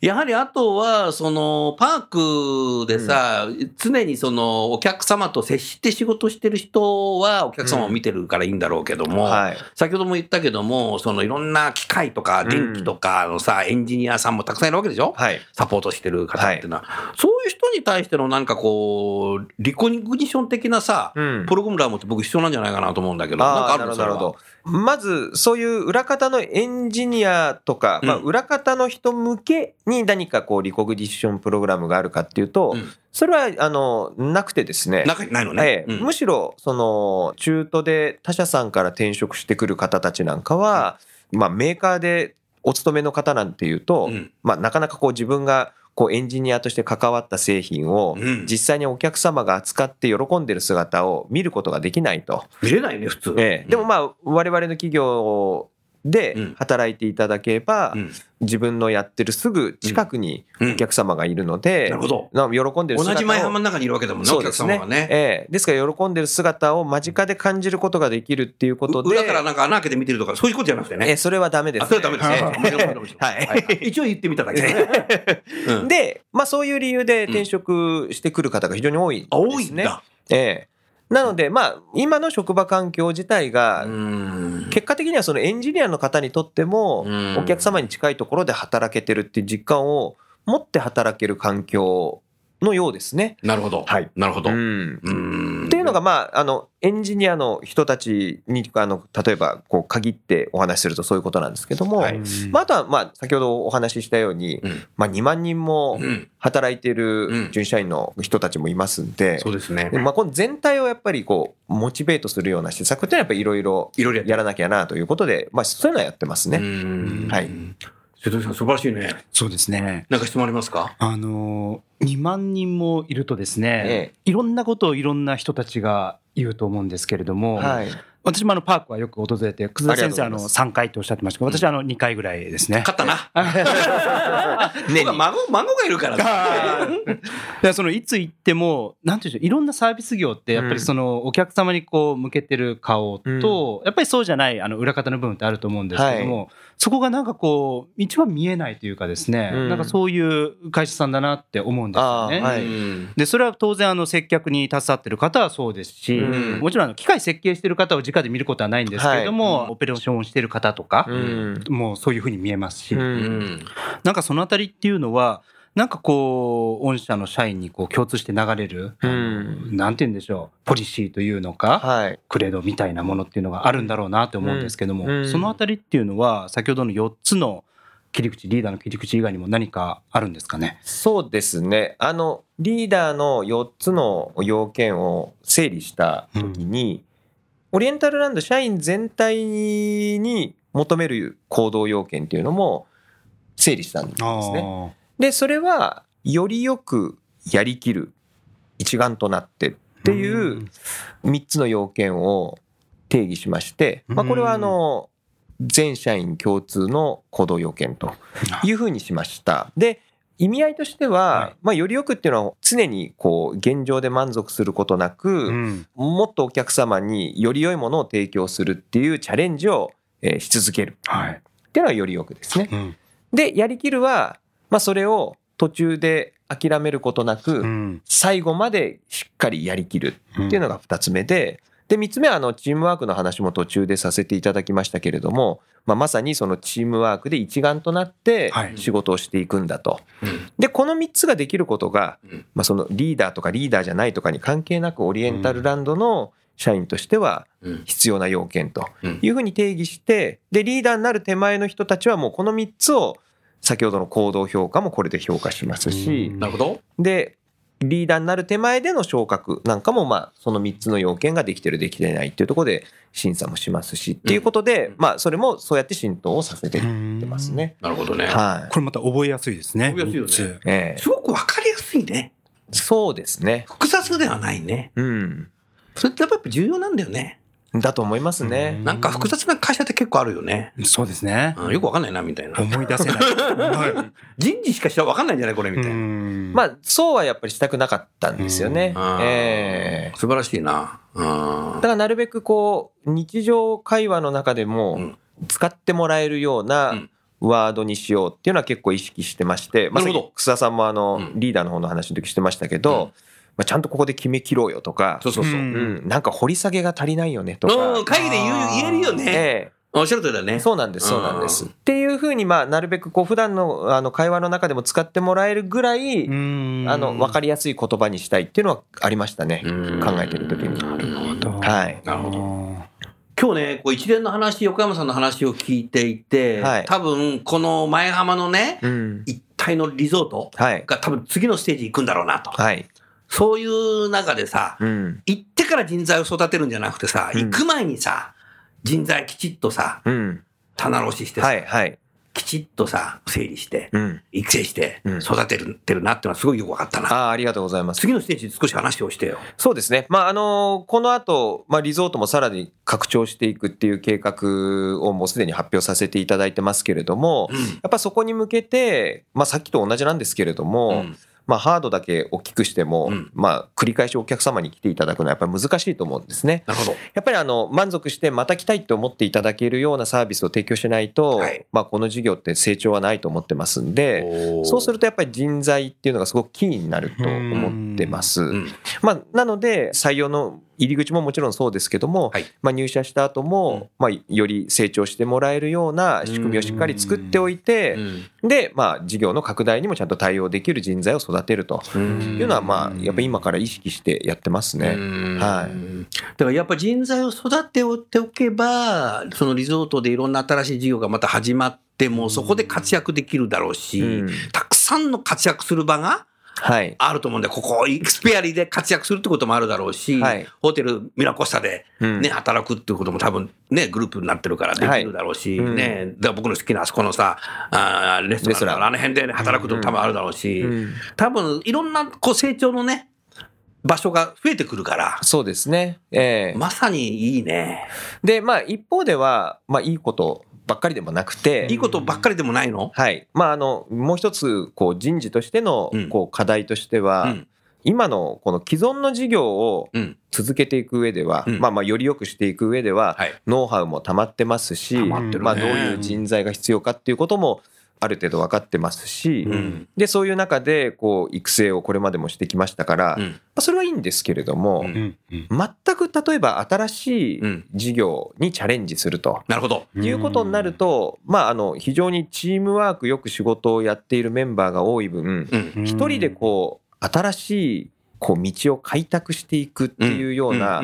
[SPEAKER 2] やはりあとは、その、パークでさ、常にその、お客様と接して仕事してる人は、お客様を見てるからいいんだろうけども、
[SPEAKER 3] はい。
[SPEAKER 2] 先ほども言ったけども、そのいろんな機械とか電気とかのさ、エンジニアさんもたくさんいるわけでしょ
[SPEAKER 3] はい。
[SPEAKER 2] サポートしてる方っていうのは、そういう人に対してのなんかこう、リコニション的なさ、
[SPEAKER 3] うん
[SPEAKER 2] プログラムって僕必要なんじゃないかなと思うんだけど、なんか
[SPEAKER 3] あ
[SPEAKER 2] あ
[SPEAKER 3] あ、
[SPEAKER 2] る
[SPEAKER 3] な
[SPEAKER 2] の
[SPEAKER 3] るほど、なるほど。まず、そういう裏方のエンジニアとか、
[SPEAKER 2] うん
[SPEAKER 3] まあ、裏方の人向けに何かこう、リコグニッションプログラムがあるかっていうと、
[SPEAKER 2] うん
[SPEAKER 3] それは、あの、なくてですね。
[SPEAKER 2] 中にないのね
[SPEAKER 3] え。え
[SPEAKER 2] うん
[SPEAKER 3] むしろ、その、中途で他社さんから転職してくる方たちなんかは、まあ、メーカーでお勤めの方なんていうと、
[SPEAKER 2] うん
[SPEAKER 3] まあ、なかなかこう自分がこうエンジニアとして関わった製品を
[SPEAKER 2] うん
[SPEAKER 3] 実際にお客様が扱って喜んでる姿を見ることができないと、
[SPEAKER 2] 見れないね、普通。
[SPEAKER 3] ええでも
[SPEAKER 2] あ、
[SPEAKER 3] まあ我々の企業で
[SPEAKER 2] うん
[SPEAKER 3] 働いていただければ
[SPEAKER 2] うん
[SPEAKER 3] 自分のやってるすぐ近くに
[SPEAKER 2] うん
[SPEAKER 3] お客様がいるので
[SPEAKER 2] なるほど。
[SPEAKER 3] な喜んでる
[SPEAKER 2] 同
[SPEAKER 3] 姿を
[SPEAKER 2] じ舞浜の中にいるわけだもんね、
[SPEAKER 3] そ
[SPEAKER 2] お
[SPEAKER 3] うで
[SPEAKER 2] 客
[SPEAKER 3] す
[SPEAKER 2] 様
[SPEAKER 3] ね
[SPEAKER 2] がね。
[SPEAKER 3] ええですから喜んでる姿を間近で感じることができるっていうことで
[SPEAKER 2] 裏からなんか穴開けて見てるとか、そういうことじゃなくて
[SPEAKER 3] ええ
[SPEAKER 2] ね。
[SPEAKER 3] それはダメです、
[SPEAKER 2] あ、それはダメですね。
[SPEAKER 3] ええ
[SPEAKER 2] もちろんもちろんもちろん
[SPEAKER 3] は い
[SPEAKER 2] 一応言ってみただけで。 うん
[SPEAKER 3] で、まあ、そういう理由で転職してくる方が非常に多いですね。
[SPEAKER 2] あ多いんだ。
[SPEAKER 3] ええなので、まあ、今の職場環境自体が、
[SPEAKER 2] うん
[SPEAKER 3] 結果的にはそのエンジニアの方にとっても、
[SPEAKER 2] うん
[SPEAKER 3] お客様に近いところで働けてるっていう実感を持って働ける環境のようですね。
[SPEAKER 2] なるほど。
[SPEAKER 3] はい
[SPEAKER 2] なるほど。
[SPEAKER 3] うん
[SPEAKER 2] うん
[SPEAKER 3] っていうのが、まあ、あの、エンジニアの人たちに、あの、例えば、こう、限ってお話しするとそういうことなんですけども、
[SPEAKER 2] はい
[SPEAKER 3] まあ、あとは、まあ、先ほどお話ししたように、
[SPEAKER 2] うん
[SPEAKER 3] まあ、2万人も
[SPEAKER 2] うん
[SPEAKER 3] 働いていうる
[SPEAKER 2] ん
[SPEAKER 3] 準社員の人たちもいますんで、
[SPEAKER 2] そうですね
[SPEAKER 3] で。まあ、この全体をやっぱり、こう、モチベートするような施策っていうのは、やっぱりいろいろ
[SPEAKER 2] いろいろやって
[SPEAKER 3] やらなきゃなということで、まあ、そういうのはやってますね。
[SPEAKER 2] ね
[SPEAKER 3] はい。
[SPEAKER 2] 瀬戸さん、素晴らしいね。
[SPEAKER 6] そうですね。
[SPEAKER 2] なんか質問ありますか
[SPEAKER 6] あの2万人もいるとですね、いろんなことをいろんな人たちが言うと思うんですけれども、
[SPEAKER 3] はい。
[SPEAKER 6] 私もあのパークはよく訪れて、久
[SPEAKER 3] あ
[SPEAKER 6] 田
[SPEAKER 3] りがとうご
[SPEAKER 6] 先生
[SPEAKER 3] ざ
[SPEAKER 6] あ
[SPEAKER 3] いま
[SPEAKER 6] の
[SPEAKER 3] す
[SPEAKER 6] 3回とおっしゃってましたけど、私はあの2回ぐらいですね。
[SPEAKER 2] 勝ったな。
[SPEAKER 3] ね
[SPEAKER 2] 僕は孫孫がいる からね。
[SPEAKER 6] だからそのいつ行ってもなんていうんでしょういろんなサービス業ってやっぱりそのお客様にこう向けてる顔と、やっぱりそうじゃないあの裏方の部分ってあると思うんですけども、そこがなんかこう一番見えないというかですね、
[SPEAKER 3] うん
[SPEAKER 6] なんかそういう会社さんだなって思うんですよね。
[SPEAKER 3] あーはい
[SPEAKER 2] うん
[SPEAKER 6] でそれは当然あの接客に携わってる方はそうですし、
[SPEAKER 3] うん
[SPEAKER 6] もちろんあの機械設計してる方を直で見ることはないんですけれども、
[SPEAKER 2] はいうん
[SPEAKER 6] オペレーションをしてる方とか、
[SPEAKER 3] うん。
[SPEAKER 6] もうそういうふうに見えますし、
[SPEAKER 2] う
[SPEAKER 3] うん
[SPEAKER 2] ん
[SPEAKER 6] なんかそのあたりっていうのはなんかこう御社の社員にこう共通して流れる、
[SPEAKER 3] うん
[SPEAKER 6] なんて言うんでしょうポリシーというのか、
[SPEAKER 3] はい。
[SPEAKER 6] クレードみたいなものっていうのがあるんだろうなと思うんですけども、
[SPEAKER 3] うんうん
[SPEAKER 6] そのあたりっていうのは先ほどの4つの切り口リーダーの切り口以外にも何かあるんですかね。
[SPEAKER 3] そうですね。あの、リーダーの4つの要件を整理した時に、オリエンタルランド社員全体に求める行動要件っていうのも整理したんですね。で、それは、よりよくやりきる一丸となってっていう3つの要件を定義しまして、まあ、これはあの全社員共通の行動要件というふうにしました。で意味合いとして
[SPEAKER 6] はい
[SPEAKER 3] は、まあ、よりよくっていうのは常にこう現状で満足することな
[SPEAKER 6] う
[SPEAKER 3] く
[SPEAKER 6] ん
[SPEAKER 3] もっとお客様により良いものを提供するっていうチャレンジをえーし続ける
[SPEAKER 6] はい
[SPEAKER 3] っていうのはよりよくですね。
[SPEAKER 6] うん
[SPEAKER 3] でやりきるは、まあ、それを途中で諦めることなく、
[SPEAKER 6] うん
[SPEAKER 3] 最後までしっかりやりきる
[SPEAKER 6] うん
[SPEAKER 3] っていうのが2つ目で、で、3つ目はあのチームワークの話も途中でさせていただきましたけれども、まあ、まさにそのチームワークで一丸となって
[SPEAKER 6] はい
[SPEAKER 3] 仕事をしていくんだと。で、この3つができることが
[SPEAKER 2] うん、
[SPEAKER 3] まあ、そのリーダーとかリーダーじゃないとかに関係なく、オリエンタルランドの社員としては
[SPEAKER 2] うん
[SPEAKER 3] 必要な要件と
[SPEAKER 2] うん
[SPEAKER 3] いうふうに定義して、で、リーダーになる手前の人たちはもうこの3つを先ほどの行動評価もこれで評価しますし、
[SPEAKER 2] なるほど。
[SPEAKER 3] でリーダーになる手前での昇格なんかもまあその3つの要件ができてるできてないっていうところで審査もしますしっていうことで、
[SPEAKER 2] うん
[SPEAKER 3] まあそれもそうやって浸透をさせていってますね。
[SPEAKER 2] なるほどね。
[SPEAKER 3] はい、
[SPEAKER 6] これまた覚えやすいですね。
[SPEAKER 2] 覚えやすいよね
[SPEAKER 6] 三つ
[SPEAKER 3] え
[SPEAKER 2] すごくわかりやすいね。
[SPEAKER 3] えそうですね。
[SPEAKER 2] 複雑ではないね。
[SPEAKER 3] うん、
[SPEAKER 2] それってやっぱ重要なんだよね。
[SPEAKER 3] だと思いますね。
[SPEAKER 2] なんか複雑な会社って結構あるよね。
[SPEAKER 6] そうですね。
[SPEAKER 2] うんよくわかんないな、みたいな。
[SPEAKER 6] 思い出せない。は
[SPEAKER 2] 人事しかしたらわかんないんじゃないこれ、
[SPEAKER 6] い
[SPEAKER 2] みたいな。
[SPEAKER 6] ま
[SPEAKER 3] ま
[SPEAKER 6] あ、
[SPEAKER 3] あそうはやっぱりしたくなかったんですよね。
[SPEAKER 2] あー
[SPEAKER 3] ええ
[SPEAKER 2] 素晴らしいな。うん
[SPEAKER 3] だからなるべくこう日常会話の中で
[SPEAKER 2] う
[SPEAKER 3] も
[SPEAKER 2] ん
[SPEAKER 3] 使ってもらえるよう
[SPEAKER 2] う
[SPEAKER 3] なんワードにしようっていうのは結構意識してまして、まあ、
[SPEAKER 2] なるほど
[SPEAKER 3] さっき楠田さんもあの
[SPEAKER 2] うん
[SPEAKER 3] リーダーの方の話の時してましたけど、
[SPEAKER 2] うん
[SPEAKER 3] まあ、ちゃんとここで決めきろうよとか
[SPEAKER 2] そうそうそう
[SPEAKER 6] う。ん
[SPEAKER 3] うんなんか掘り下げが足りないよねと
[SPEAKER 2] う
[SPEAKER 3] か
[SPEAKER 2] ん、。会議で言う言えるよね。
[SPEAKER 3] え
[SPEAKER 2] おっしゃる通りだね。
[SPEAKER 3] えそうなんですそうなんです。っていうふうにまあなるべくこう普段のあの会話の中でも使ってもらえるぐらい、あ
[SPEAKER 6] あ
[SPEAKER 3] の分かりやすい言葉にしたいっていうのはありましたね、
[SPEAKER 2] うん
[SPEAKER 3] 考えてる時に。
[SPEAKER 2] なるほど。
[SPEAKER 3] はい
[SPEAKER 2] なるほど。
[SPEAKER 6] ど。
[SPEAKER 2] 今日ね、こう一連の話、横山さんの話を聞いていて、
[SPEAKER 3] はい
[SPEAKER 2] 多分この前浜のね、
[SPEAKER 3] うん、
[SPEAKER 2] 一体のリゾート
[SPEAKER 3] はい
[SPEAKER 2] が多分次のステージ行くんだろうなと。
[SPEAKER 3] はい、
[SPEAKER 2] そういう中でさ、
[SPEAKER 3] うん
[SPEAKER 2] 行ってから人材を育てるんじゃなくてさ、
[SPEAKER 3] うん
[SPEAKER 2] 行く前にさ、人材きちっとさ、
[SPEAKER 3] うん、
[SPEAKER 2] 棚卸ししてさ、
[SPEAKER 3] はいはい、
[SPEAKER 2] きちっとさ、整理して、
[SPEAKER 3] うん、
[SPEAKER 2] 育成して
[SPEAKER 3] うん、
[SPEAKER 2] 育てるってるなってのはすごいよく分かったな。
[SPEAKER 3] ああありがとうございます。
[SPEAKER 2] 次のステージで少し話をしてよ。
[SPEAKER 3] そうですね、まああのこの後、まあリゾートもさらに拡張していくっていう計画をもうすでに発表させていただいてますけれども、やっぱそこに向けて、まあ、さっきと同じなんですけれど
[SPEAKER 2] う
[SPEAKER 3] も、
[SPEAKER 2] ん
[SPEAKER 3] まあ、ハードだけ大きくしても、
[SPEAKER 2] うん
[SPEAKER 3] まあ、繰り返しお客様に来ていただくのはやっぱり難しいと思うんですね。
[SPEAKER 2] なるほど。
[SPEAKER 3] やっぱりあの満足してまた来たいって思っていただけるようなサービスを提供しないと、
[SPEAKER 2] はい
[SPEAKER 3] まあ、この事業って成長はないと思ってますんで、そうする
[SPEAKER 2] と、
[SPEAKER 3] とやっぱり人材っていうのがすごくキーになると思ってます
[SPEAKER 2] う。ん
[SPEAKER 3] まあ、なので採用の入り口ももちろんそうですけども、
[SPEAKER 5] はい
[SPEAKER 3] まあ、入社した後も、まあ、より成長してもらえるような仕組みをしっかり作っておいて、で、まあ、事業の拡大にもちゃんと対応できる人材を育てると
[SPEAKER 2] うん
[SPEAKER 3] いうのは、まあ、やっぱり今から意識してやってますね。は
[SPEAKER 2] はい、だからやっぱ人材を育てておけば、そのリゾートでいろんな新しい事業がまた始まっても、そこで活躍できるだろうし、
[SPEAKER 3] うん
[SPEAKER 2] たくさんの活躍する場が
[SPEAKER 3] はい。
[SPEAKER 2] あると思うんで、ここ、エクスペアリで活躍するってこともあるだろうし、
[SPEAKER 3] はい
[SPEAKER 2] ホテルミラコスタで、
[SPEAKER 3] うん
[SPEAKER 2] ね働くっていうことも多分ね、グループになってるからできるだろうし、
[SPEAKER 3] はいうん
[SPEAKER 2] ね、だから僕の好きなあそこのさ、あーレストランと
[SPEAKER 3] レストラ
[SPEAKER 2] か
[SPEAKER 3] ン
[SPEAKER 2] あの辺で、ね、働くことも多分あるだろうし、
[SPEAKER 3] うん
[SPEAKER 2] 多分いろんなこう成長のね、場所が増えてくるから、
[SPEAKER 3] そうですね。ええ
[SPEAKER 2] まさにいいね。
[SPEAKER 3] で、まあ、一方では、まあ、いいことばっかりでもなくて、
[SPEAKER 2] いいことばっかりでもないの
[SPEAKER 3] はい。まあ、あの、もう一つ、こう、人事としての
[SPEAKER 2] う、ん
[SPEAKER 3] こう、課題として
[SPEAKER 2] う
[SPEAKER 3] は、
[SPEAKER 2] ん。
[SPEAKER 3] 今の、この既存の事業を
[SPEAKER 2] うん。
[SPEAKER 3] 続けていく上では、
[SPEAKER 2] うん
[SPEAKER 3] まあまあ、より良くしていく上では、
[SPEAKER 2] はい。
[SPEAKER 3] ノウハウも溜まってますし、
[SPEAKER 2] 溜
[SPEAKER 6] まってるね
[SPEAKER 3] まあ、どういう人材が必要かっていうことも、ある程度分かってますし、
[SPEAKER 2] うん。
[SPEAKER 3] で、そういう中で、こう、育成をこれまでもしてきましたから、
[SPEAKER 2] う
[SPEAKER 3] ま
[SPEAKER 2] ん。
[SPEAKER 3] あそれはいいんですけれども、
[SPEAKER 2] うん
[SPEAKER 6] うんうん
[SPEAKER 3] 全く例えば新しい
[SPEAKER 2] うん
[SPEAKER 3] 事業にチャレンジすると。
[SPEAKER 2] なるほど。
[SPEAKER 3] いうことになると、まあ、あの非常にチームワークよく仕事をやっているメンバーが多い分
[SPEAKER 2] うん。
[SPEAKER 6] うん、
[SPEAKER 3] 一人でこう新しいこう道を開拓していくっていうよう
[SPEAKER 2] うん
[SPEAKER 3] な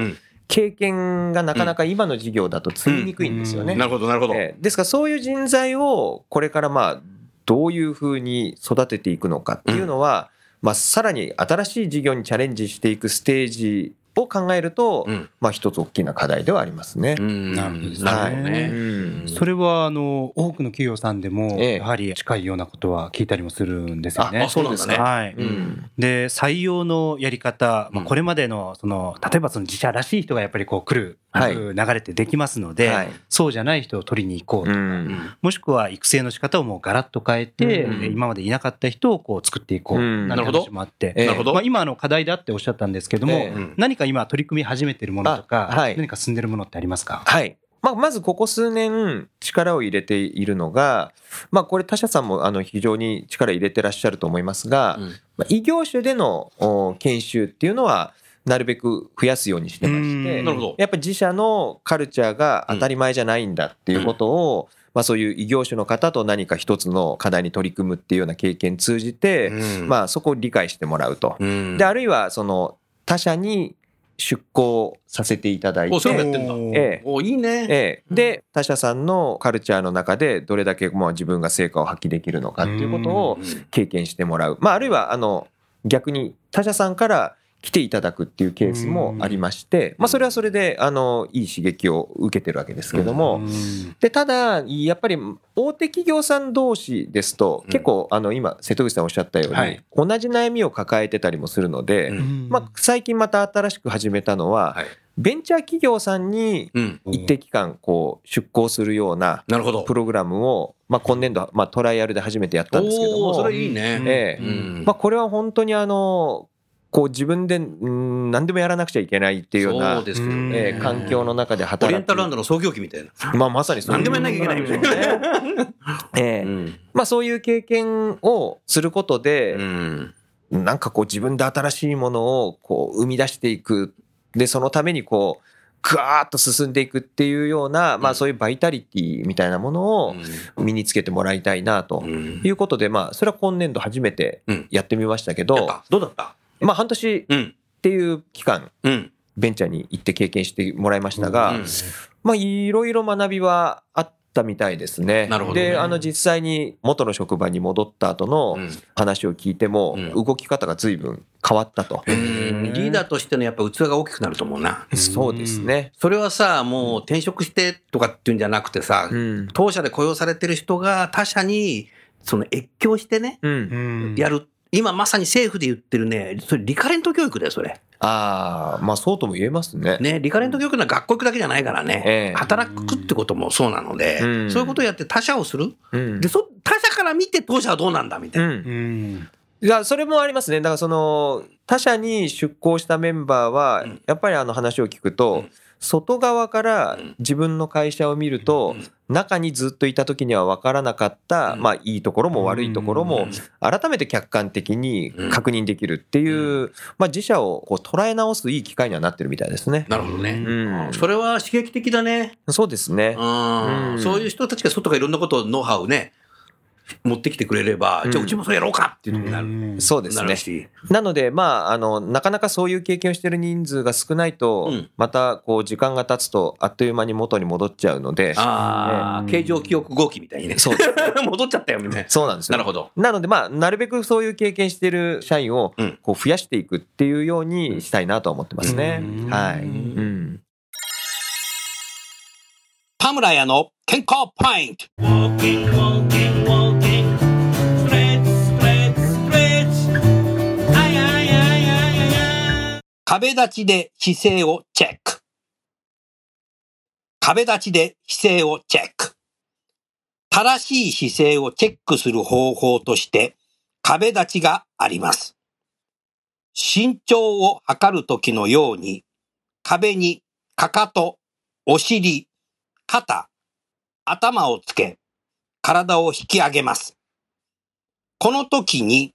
[SPEAKER 3] 経験がなかなか今の事業だと積みにくいんですよ
[SPEAKER 2] う
[SPEAKER 3] ね
[SPEAKER 2] ん。なるほど、なるほど。
[SPEAKER 3] ええですからそういう人材をこれからまあどういうふうに育てていくのかっていうのは、まあ、さらに新しい事業にチャレンジしていくステージを考えると、
[SPEAKER 2] うん
[SPEAKER 3] まあ、一つ大きな課題ではありますね。
[SPEAKER 2] うん
[SPEAKER 6] なるほどですね
[SPEAKER 2] なるほどね。
[SPEAKER 3] うん
[SPEAKER 6] それはあの多くの企業さんでも
[SPEAKER 3] ええ
[SPEAKER 6] やはり近いようなことは聞いたりもするんですよね。
[SPEAKER 2] ああそうなんだね
[SPEAKER 6] はい
[SPEAKER 3] うん
[SPEAKER 6] で採用のやり方、ま
[SPEAKER 2] う
[SPEAKER 6] あ、
[SPEAKER 2] ん
[SPEAKER 6] これまでのその例えばその自社らしい人がやっぱりこう来る、
[SPEAKER 3] はい
[SPEAKER 6] 流れってできますので、
[SPEAKER 3] はい
[SPEAKER 6] そうじゃない人を取りに行こうと、
[SPEAKER 3] うん
[SPEAKER 6] もしくは育成の仕方をもうガラッと変えて、
[SPEAKER 3] うん
[SPEAKER 6] え今までいなかった人をこう作っていこう
[SPEAKER 3] うん
[SPEAKER 6] なんて話もあって、
[SPEAKER 3] ええ
[SPEAKER 2] なるほど
[SPEAKER 6] まあ、今あの課題だっておっしゃったんですけども、
[SPEAKER 3] え
[SPEAKER 2] え
[SPEAKER 6] 何か今取り組み始めてるものとか、
[SPEAKER 3] あはい
[SPEAKER 6] 何か進んでるものってありますか、
[SPEAKER 3] はいまあ、まずここ数年力を入れているのが、まあ、これ他社さんもあの非常に力入れてらっしゃると思いますが、
[SPEAKER 2] うん
[SPEAKER 3] まあ異業種でのお研修っていうのはなるべく増やすようにしてまして
[SPEAKER 6] うん
[SPEAKER 2] なるほど。
[SPEAKER 3] やっぱり自社のカルチャーが当たり前じゃないんだっていうことを、まあ、そういう異業種の方と何か一つの課題に取り組むっていうような経験通じて、
[SPEAKER 2] あ、
[SPEAKER 3] まあ、そこを理解してもらうと。
[SPEAKER 2] うん
[SPEAKER 3] であるいはその他社に出向させていただいて
[SPEAKER 2] お、それもやってんだ。
[SPEAKER 6] お
[SPEAKER 3] ええ
[SPEAKER 2] お、いいね。
[SPEAKER 3] ええ、で他社さんのカルチャーの中でどれだけまあ自分が成果を発揮できるのかっていうことを
[SPEAKER 2] うん
[SPEAKER 3] 経験してもらう、まあ、あるいはあの逆に他社さんから来ていただくっていうケースもありまして、まあ、それはそれであのいい刺激を受けてるわけですけども。
[SPEAKER 6] うん
[SPEAKER 3] でただやっぱり大手企業さん同士ですと結構あの今瀬戸口さんおっしゃったように
[SPEAKER 2] はい
[SPEAKER 3] 同じ悩みを抱えてたりもするので、
[SPEAKER 2] うん
[SPEAKER 3] まあ、最近また新しく始めたのは、
[SPEAKER 2] はい
[SPEAKER 3] ベンチャー企業さんに
[SPEAKER 2] うん。
[SPEAKER 6] うん
[SPEAKER 3] 一定期間こう出向するような
[SPEAKER 2] なるほど。
[SPEAKER 3] プログラムを、まあ、今年度、まあ、トライアルで初めてやったんですけど
[SPEAKER 2] おーそ
[SPEAKER 3] も、
[SPEAKER 2] れいいね。
[SPEAKER 3] ええ
[SPEAKER 2] うん
[SPEAKER 3] まあ、これは本当にあのこう自分でうん何でもやらなくちゃいけないっていうよう
[SPEAKER 2] そ
[SPEAKER 3] な
[SPEAKER 2] う、ですけどね
[SPEAKER 3] ええ環境の中で
[SPEAKER 2] オ
[SPEAKER 3] 働
[SPEAKER 2] リ
[SPEAKER 3] く
[SPEAKER 2] エンタルランドの創業期みたいな。
[SPEAKER 3] まあ、まさにそう
[SPEAKER 2] 何でもやんなきゃいけないみたいなね。
[SPEAKER 3] え え
[SPEAKER 2] うん
[SPEAKER 3] まあ、そういう経験をすること
[SPEAKER 2] う
[SPEAKER 3] で、
[SPEAKER 2] ん
[SPEAKER 3] なんかこう自分で新しいものをこう生み出していくでそのためにこうぐわーっと進んでいくっていうような、
[SPEAKER 2] う
[SPEAKER 3] まあ、
[SPEAKER 2] ん
[SPEAKER 3] そういうバイタリティみたいなものを身につけてもらいたいなと
[SPEAKER 2] うん
[SPEAKER 3] いうことで、まあ、それは今年度初めて
[SPEAKER 2] うん
[SPEAKER 3] やってみましたけ
[SPEAKER 2] やっ
[SPEAKER 3] ど
[SPEAKER 2] た、どうだった
[SPEAKER 3] まあ、半年っ
[SPEAKER 2] うん。
[SPEAKER 3] ていう期間、
[SPEAKER 2] うん。
[SPEAKER 3] ベンチャーに行って経験してもらいましたが、
[SPEAKER 2] うん
[SPEAKER 3] まあ、いろいろ学びはあったみたいですね。
[SPEAKER 2] なるほどね
[SPEAKER 3] で、あの、実際に元の職場に戻った後の
[SPEAKER 2] うん
[SPEAKER 3] 話を聞いても、
[SPEAKER 2] うん
[SPEAKER 3] 動き方が随分変わったと。
[SPEAKER 2] うんリーダーとしてのやっぱ器が大きくなると思うな。
[SPEAKER 3] そうですね。
[SPEAKER 2] それはさ、もう転職してとかっていうんじゃなくてさ、
[SPEAKER 3] うん。
[SPEAKER 2] 当社で雇用されてる人が他社にその越境してね、
[SPEAKER 3] うん。
[SPEAKER 2] やる。今まさに政府で言ってるね、それリカレント教育だよ、それ。
[SPEAKER 3] ああ、まあ、そうとも言えますね。
[SPEAKER 2] ね、リカレント教育は学校行くだけじゃないからね、
[SPEAKER 3] ええ
[SPEAKER 2] 働くってこともそうなので、
[SPEAKER 3] うん
[SPEAKER 2] そういうことをやって他者をする、
[SPEAKER 3] うん
[SPEAKER 2] でそ他者から見て当社はどうなんだみた
[SPEAKER 3] う
[SPEAKER 2] いな。
[SPEAKER 3] ん
[SPEAKER 6] う。ん
[SPEAKER 3] いや、それもありますね。だからその、他社に出向したメンバーは
[SPEAKER 2] うん、
[SPEAKER 3] やっぱりあの話を聞くと、
[SPEAKER 2] うん
[SPEAKER 3] 外側から自分の会社を見ると、中にずっといた時には分からなかった、
[SPEAKER 2] うん
[SPEAKER 3] まあいいところも悪いところ
[SPEAKER 2] う
[SPEAKER 3] も
[SPEAKER 2] ん
[SPEAKER 3] 改めて客観的に確認できるっていう、
[SPEAKER 2] う
[SPEAKER 3] まあ、自社をこう捉え直すいい機会にはなってるみたいですね。
[SPEAKER 2] なるほどね。
[SPEAKER 3] うん、
[SPEAKER 2] それは刺激的だね。
[SPEAKER 3] そうですね。
[SPEAKER 2] う。
[SPEAKER 3] うんん
[SPEAKER 2] そういう人たちが外からいろんなことをノウハウね、持ってきてくれれば、
[SPEAKER 3] うん
[SPEAKER 2] じゃあうちもそれやろうかっていうのになる。
[SPEAKER 3] そうです
[SPEAKER 2] な
[SPEAKER 3] ね
[SPEAKER 2] るし。
[SPEAKER 3] なので、まあ、あのなかなかそういう経験をしてる人数が少ないと、
[SPEAKER 2] うん
[SPEAKER 3] またこう時間が経つとあっという間に元に戻っちゃうので
[SPEAKER 2] ああ、
[SPEAKER 6] ね
[SPEAKER 2] 形状記憶号機みたいにね。
[SPEAKER 3] そう
[SPEAKER 2] 戻っちゃったよみたいな。
[SPEAKER 3] そうなんですよ
[SPEAKER 2] なるほど。
[SPEAKER 3] なので、まあ、なるべくそういう経験してる社員を
[SPEAKER 2] うん
[SPEAKER 3] こう増やしていくっていうようにしたいなとは思ってますね。
[SPEAKER 6] うん
[SPEAKER 3] はい、
[SPEAKER 6] う
[SPEAKER 3] うん
[SPEAKER 5] 田村屋の健康ポイント。壁立ちで姿勢をチェック。壁立ちで姿勢をチェック。正しい姿勢をチェックする方法として壁立ちがあります。身長を測るときのように壁にかかと、お尻、肩、頭をつけ、体を引き上げます。この時に、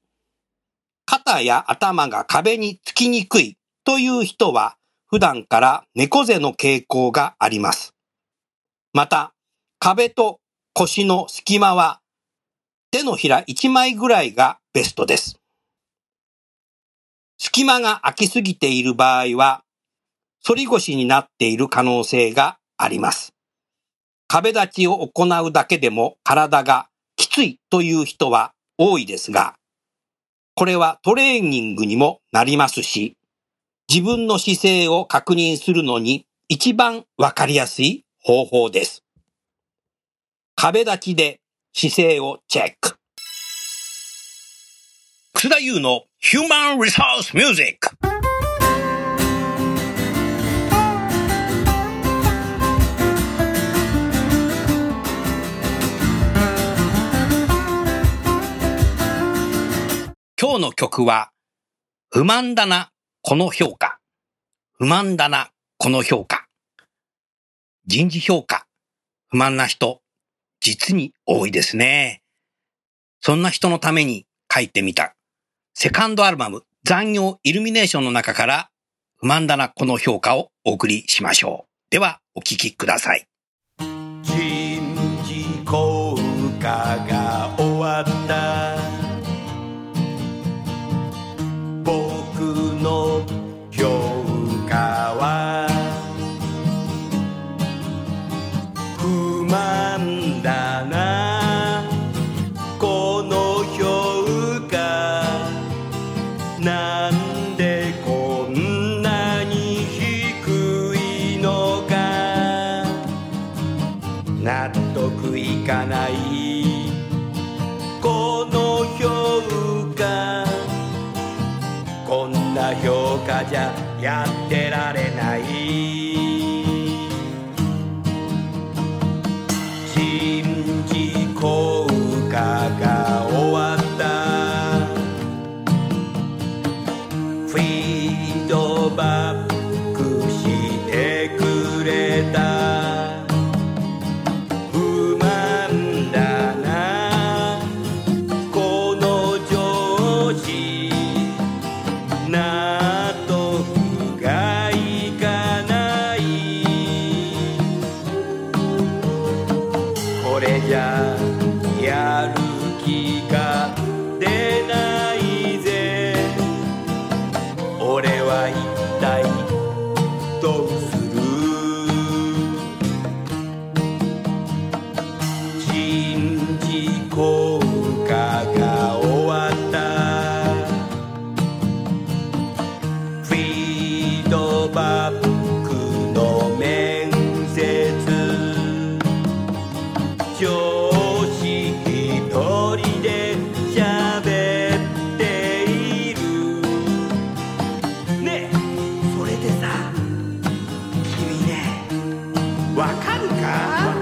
[SPEAKER 5] 肩や頭が壁につきにくいという人は、普段から猫背の傾向があります。また、壁と腰の隙間は、手のひら1枚ぐらいがベストです。隙間が空きすぎている場合は、反り腰になっている可能性があります。壁立ちを行うだけでも体がきついという人は多いですが、これはトレーニングにもなりますし、自分の姿勢を確認するのに一番わかりやすい方法です。壁立ちで姿勢をチェック。楠田優の Human Resource Music。今日の曲は、不満だな、この評価。不満だな、この評価。人事評価。不満な人、実に多いですね。そんな人のために書いてみた。セカンドアルバム、残業イルミネーションの中から、不満だな、この評価をお送りしましょう。では、お聴きください。
[SPEAKER 7] 人事効果が終わった僕の評価は不満だなこの評価なんでこんなに低いのか納得いかないこの評価こんな評価じゃやってられない人事効果が終わったフィードバックしてくれた不満だなこの上司納得がいかないこれじゃやる気が出ないぜ俺は一体どうする人事効果が終わったフィードバックの面接常識一人で喋っているねえそれでさ君ねわかるか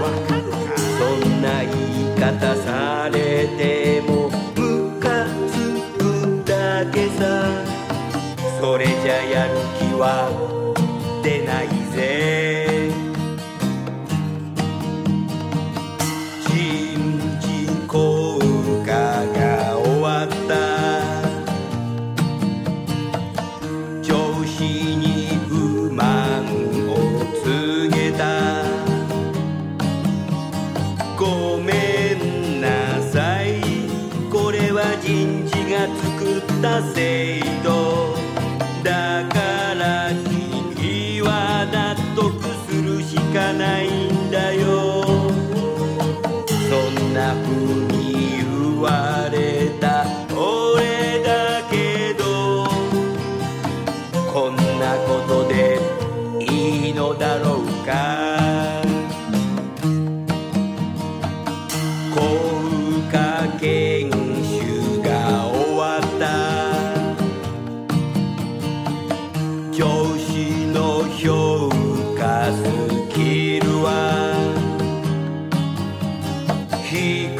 [SPEAKER 7] わかるかそんな言い方されてもムカつくだけさそれじゃやる気はってないぜ人事効果が終わった上司に不満を告げたごめんなさいこれは人事が作った制度だから君は納得するしかないんだよそんな風に言われた俺だけどこんなことでいいのだろうか効果研修が終わった上司の評価スキルは低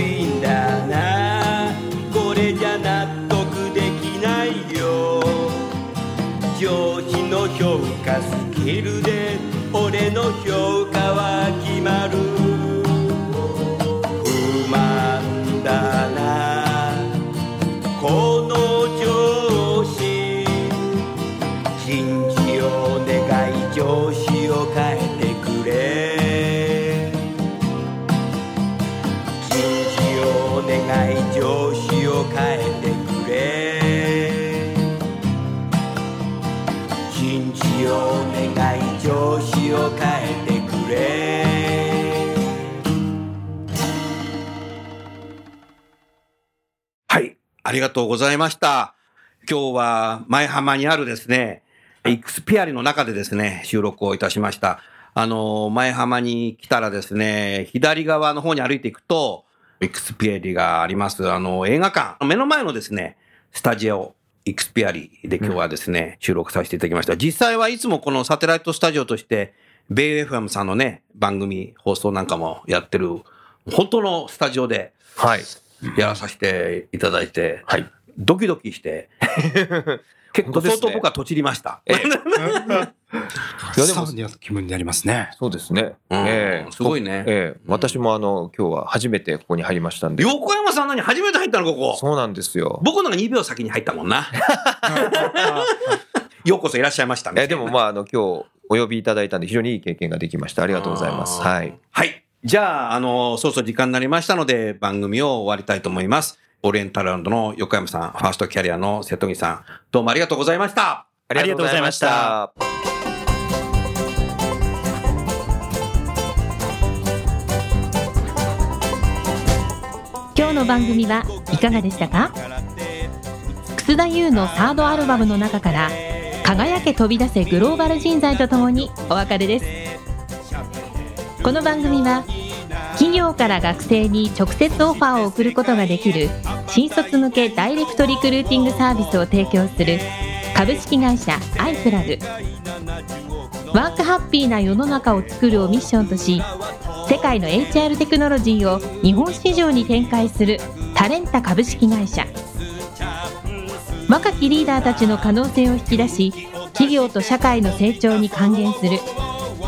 [SPEAKER 7] いんだなこれじゃ納得できないよ上司の評価スキルで俺の評価は決まる不満だなこの上司人事を願い上司を変えてくれ人事を願い上司を変えてくれ人事を願い上司を変えてくれ
[SPEAKER 2] はい。ありがとうございました。今日は前浜にあるですね、イクスピアリの中でですね、収録をいたしました。あの、前浜に来たらですね、左側の方に歩いていくと、イクスピアリがあります。あの、映画館、目の前のですね、スタジオ、イクスピアリで今日はですね、収録させていただきました。実際はいつもこのサテライトスタジオとして、ベイ FM さんのね、番組、放送なんかもやってる、本当のスタジオで、
[SPEAKER 3] はい。
[SPEAKER 2] やらさせていただいて、
[SPEAKER 3] はい
[SPEAKER 2] ドキドキ して、結構
[SPEAKER 3] 本当です
[SPEAKER 2] 相
[SPEAKER 3] ね
[SPEAKER 2] 当僕はとちりました。
[SPEAKER 3] いやでも
[SPEAKER 6] サウナの気分になりますね。
[SPEAKER 3] そうですね。
[SPEAKER 2] うん
[SPEAKER 3] ええ
[SPEAKER 2] すごいね
[SPEAKER 3] ええ私もあの今日は初めてここに入りましたんで。
[SPEAKER 2] 横山さん何初めて入ったのここ。
[SPEAKER 3] そうなんですよ。
[SPEAKER 2] 僕なんか2秒先に入ったも んな。ようこそいらっしゃいましたね。
[SPEAKER 3] えでもまああの今日お呼びいただいたんで非常にいい経験ができました。ありがとうございます。
[SPEAKER 2] あー
[SPEAKER 3] はい。。
[SPEAKER 2] はい。じゃあ、あの、そうそう時間になりましたので、番組を終わりたいと思います。オリエンタルランドの横山さん、ファーストキャリアの瀬戸木さん、どうもありがとうございました。
[SPEAKER 3] あ
[SPEAKER 6] りがとうございました。
[SPEAKER 1] 今日の番組はいかがでしたか楠田優のサードアルバムの中から「輝け飛び出せグローバル人材」とともにお別れですこの番組は企業から学生に直接オファーを送ることができる新卒向けダイレクトリクルーティングサービスを提供する株式会社アイプラグワークハッピーな世の中を作るをミッションとし世界の HR テクノロジーを日本市場に展開するタレンタ株式会社若きリーダーたちの可能性を引き出し企業と社会の成長に還元する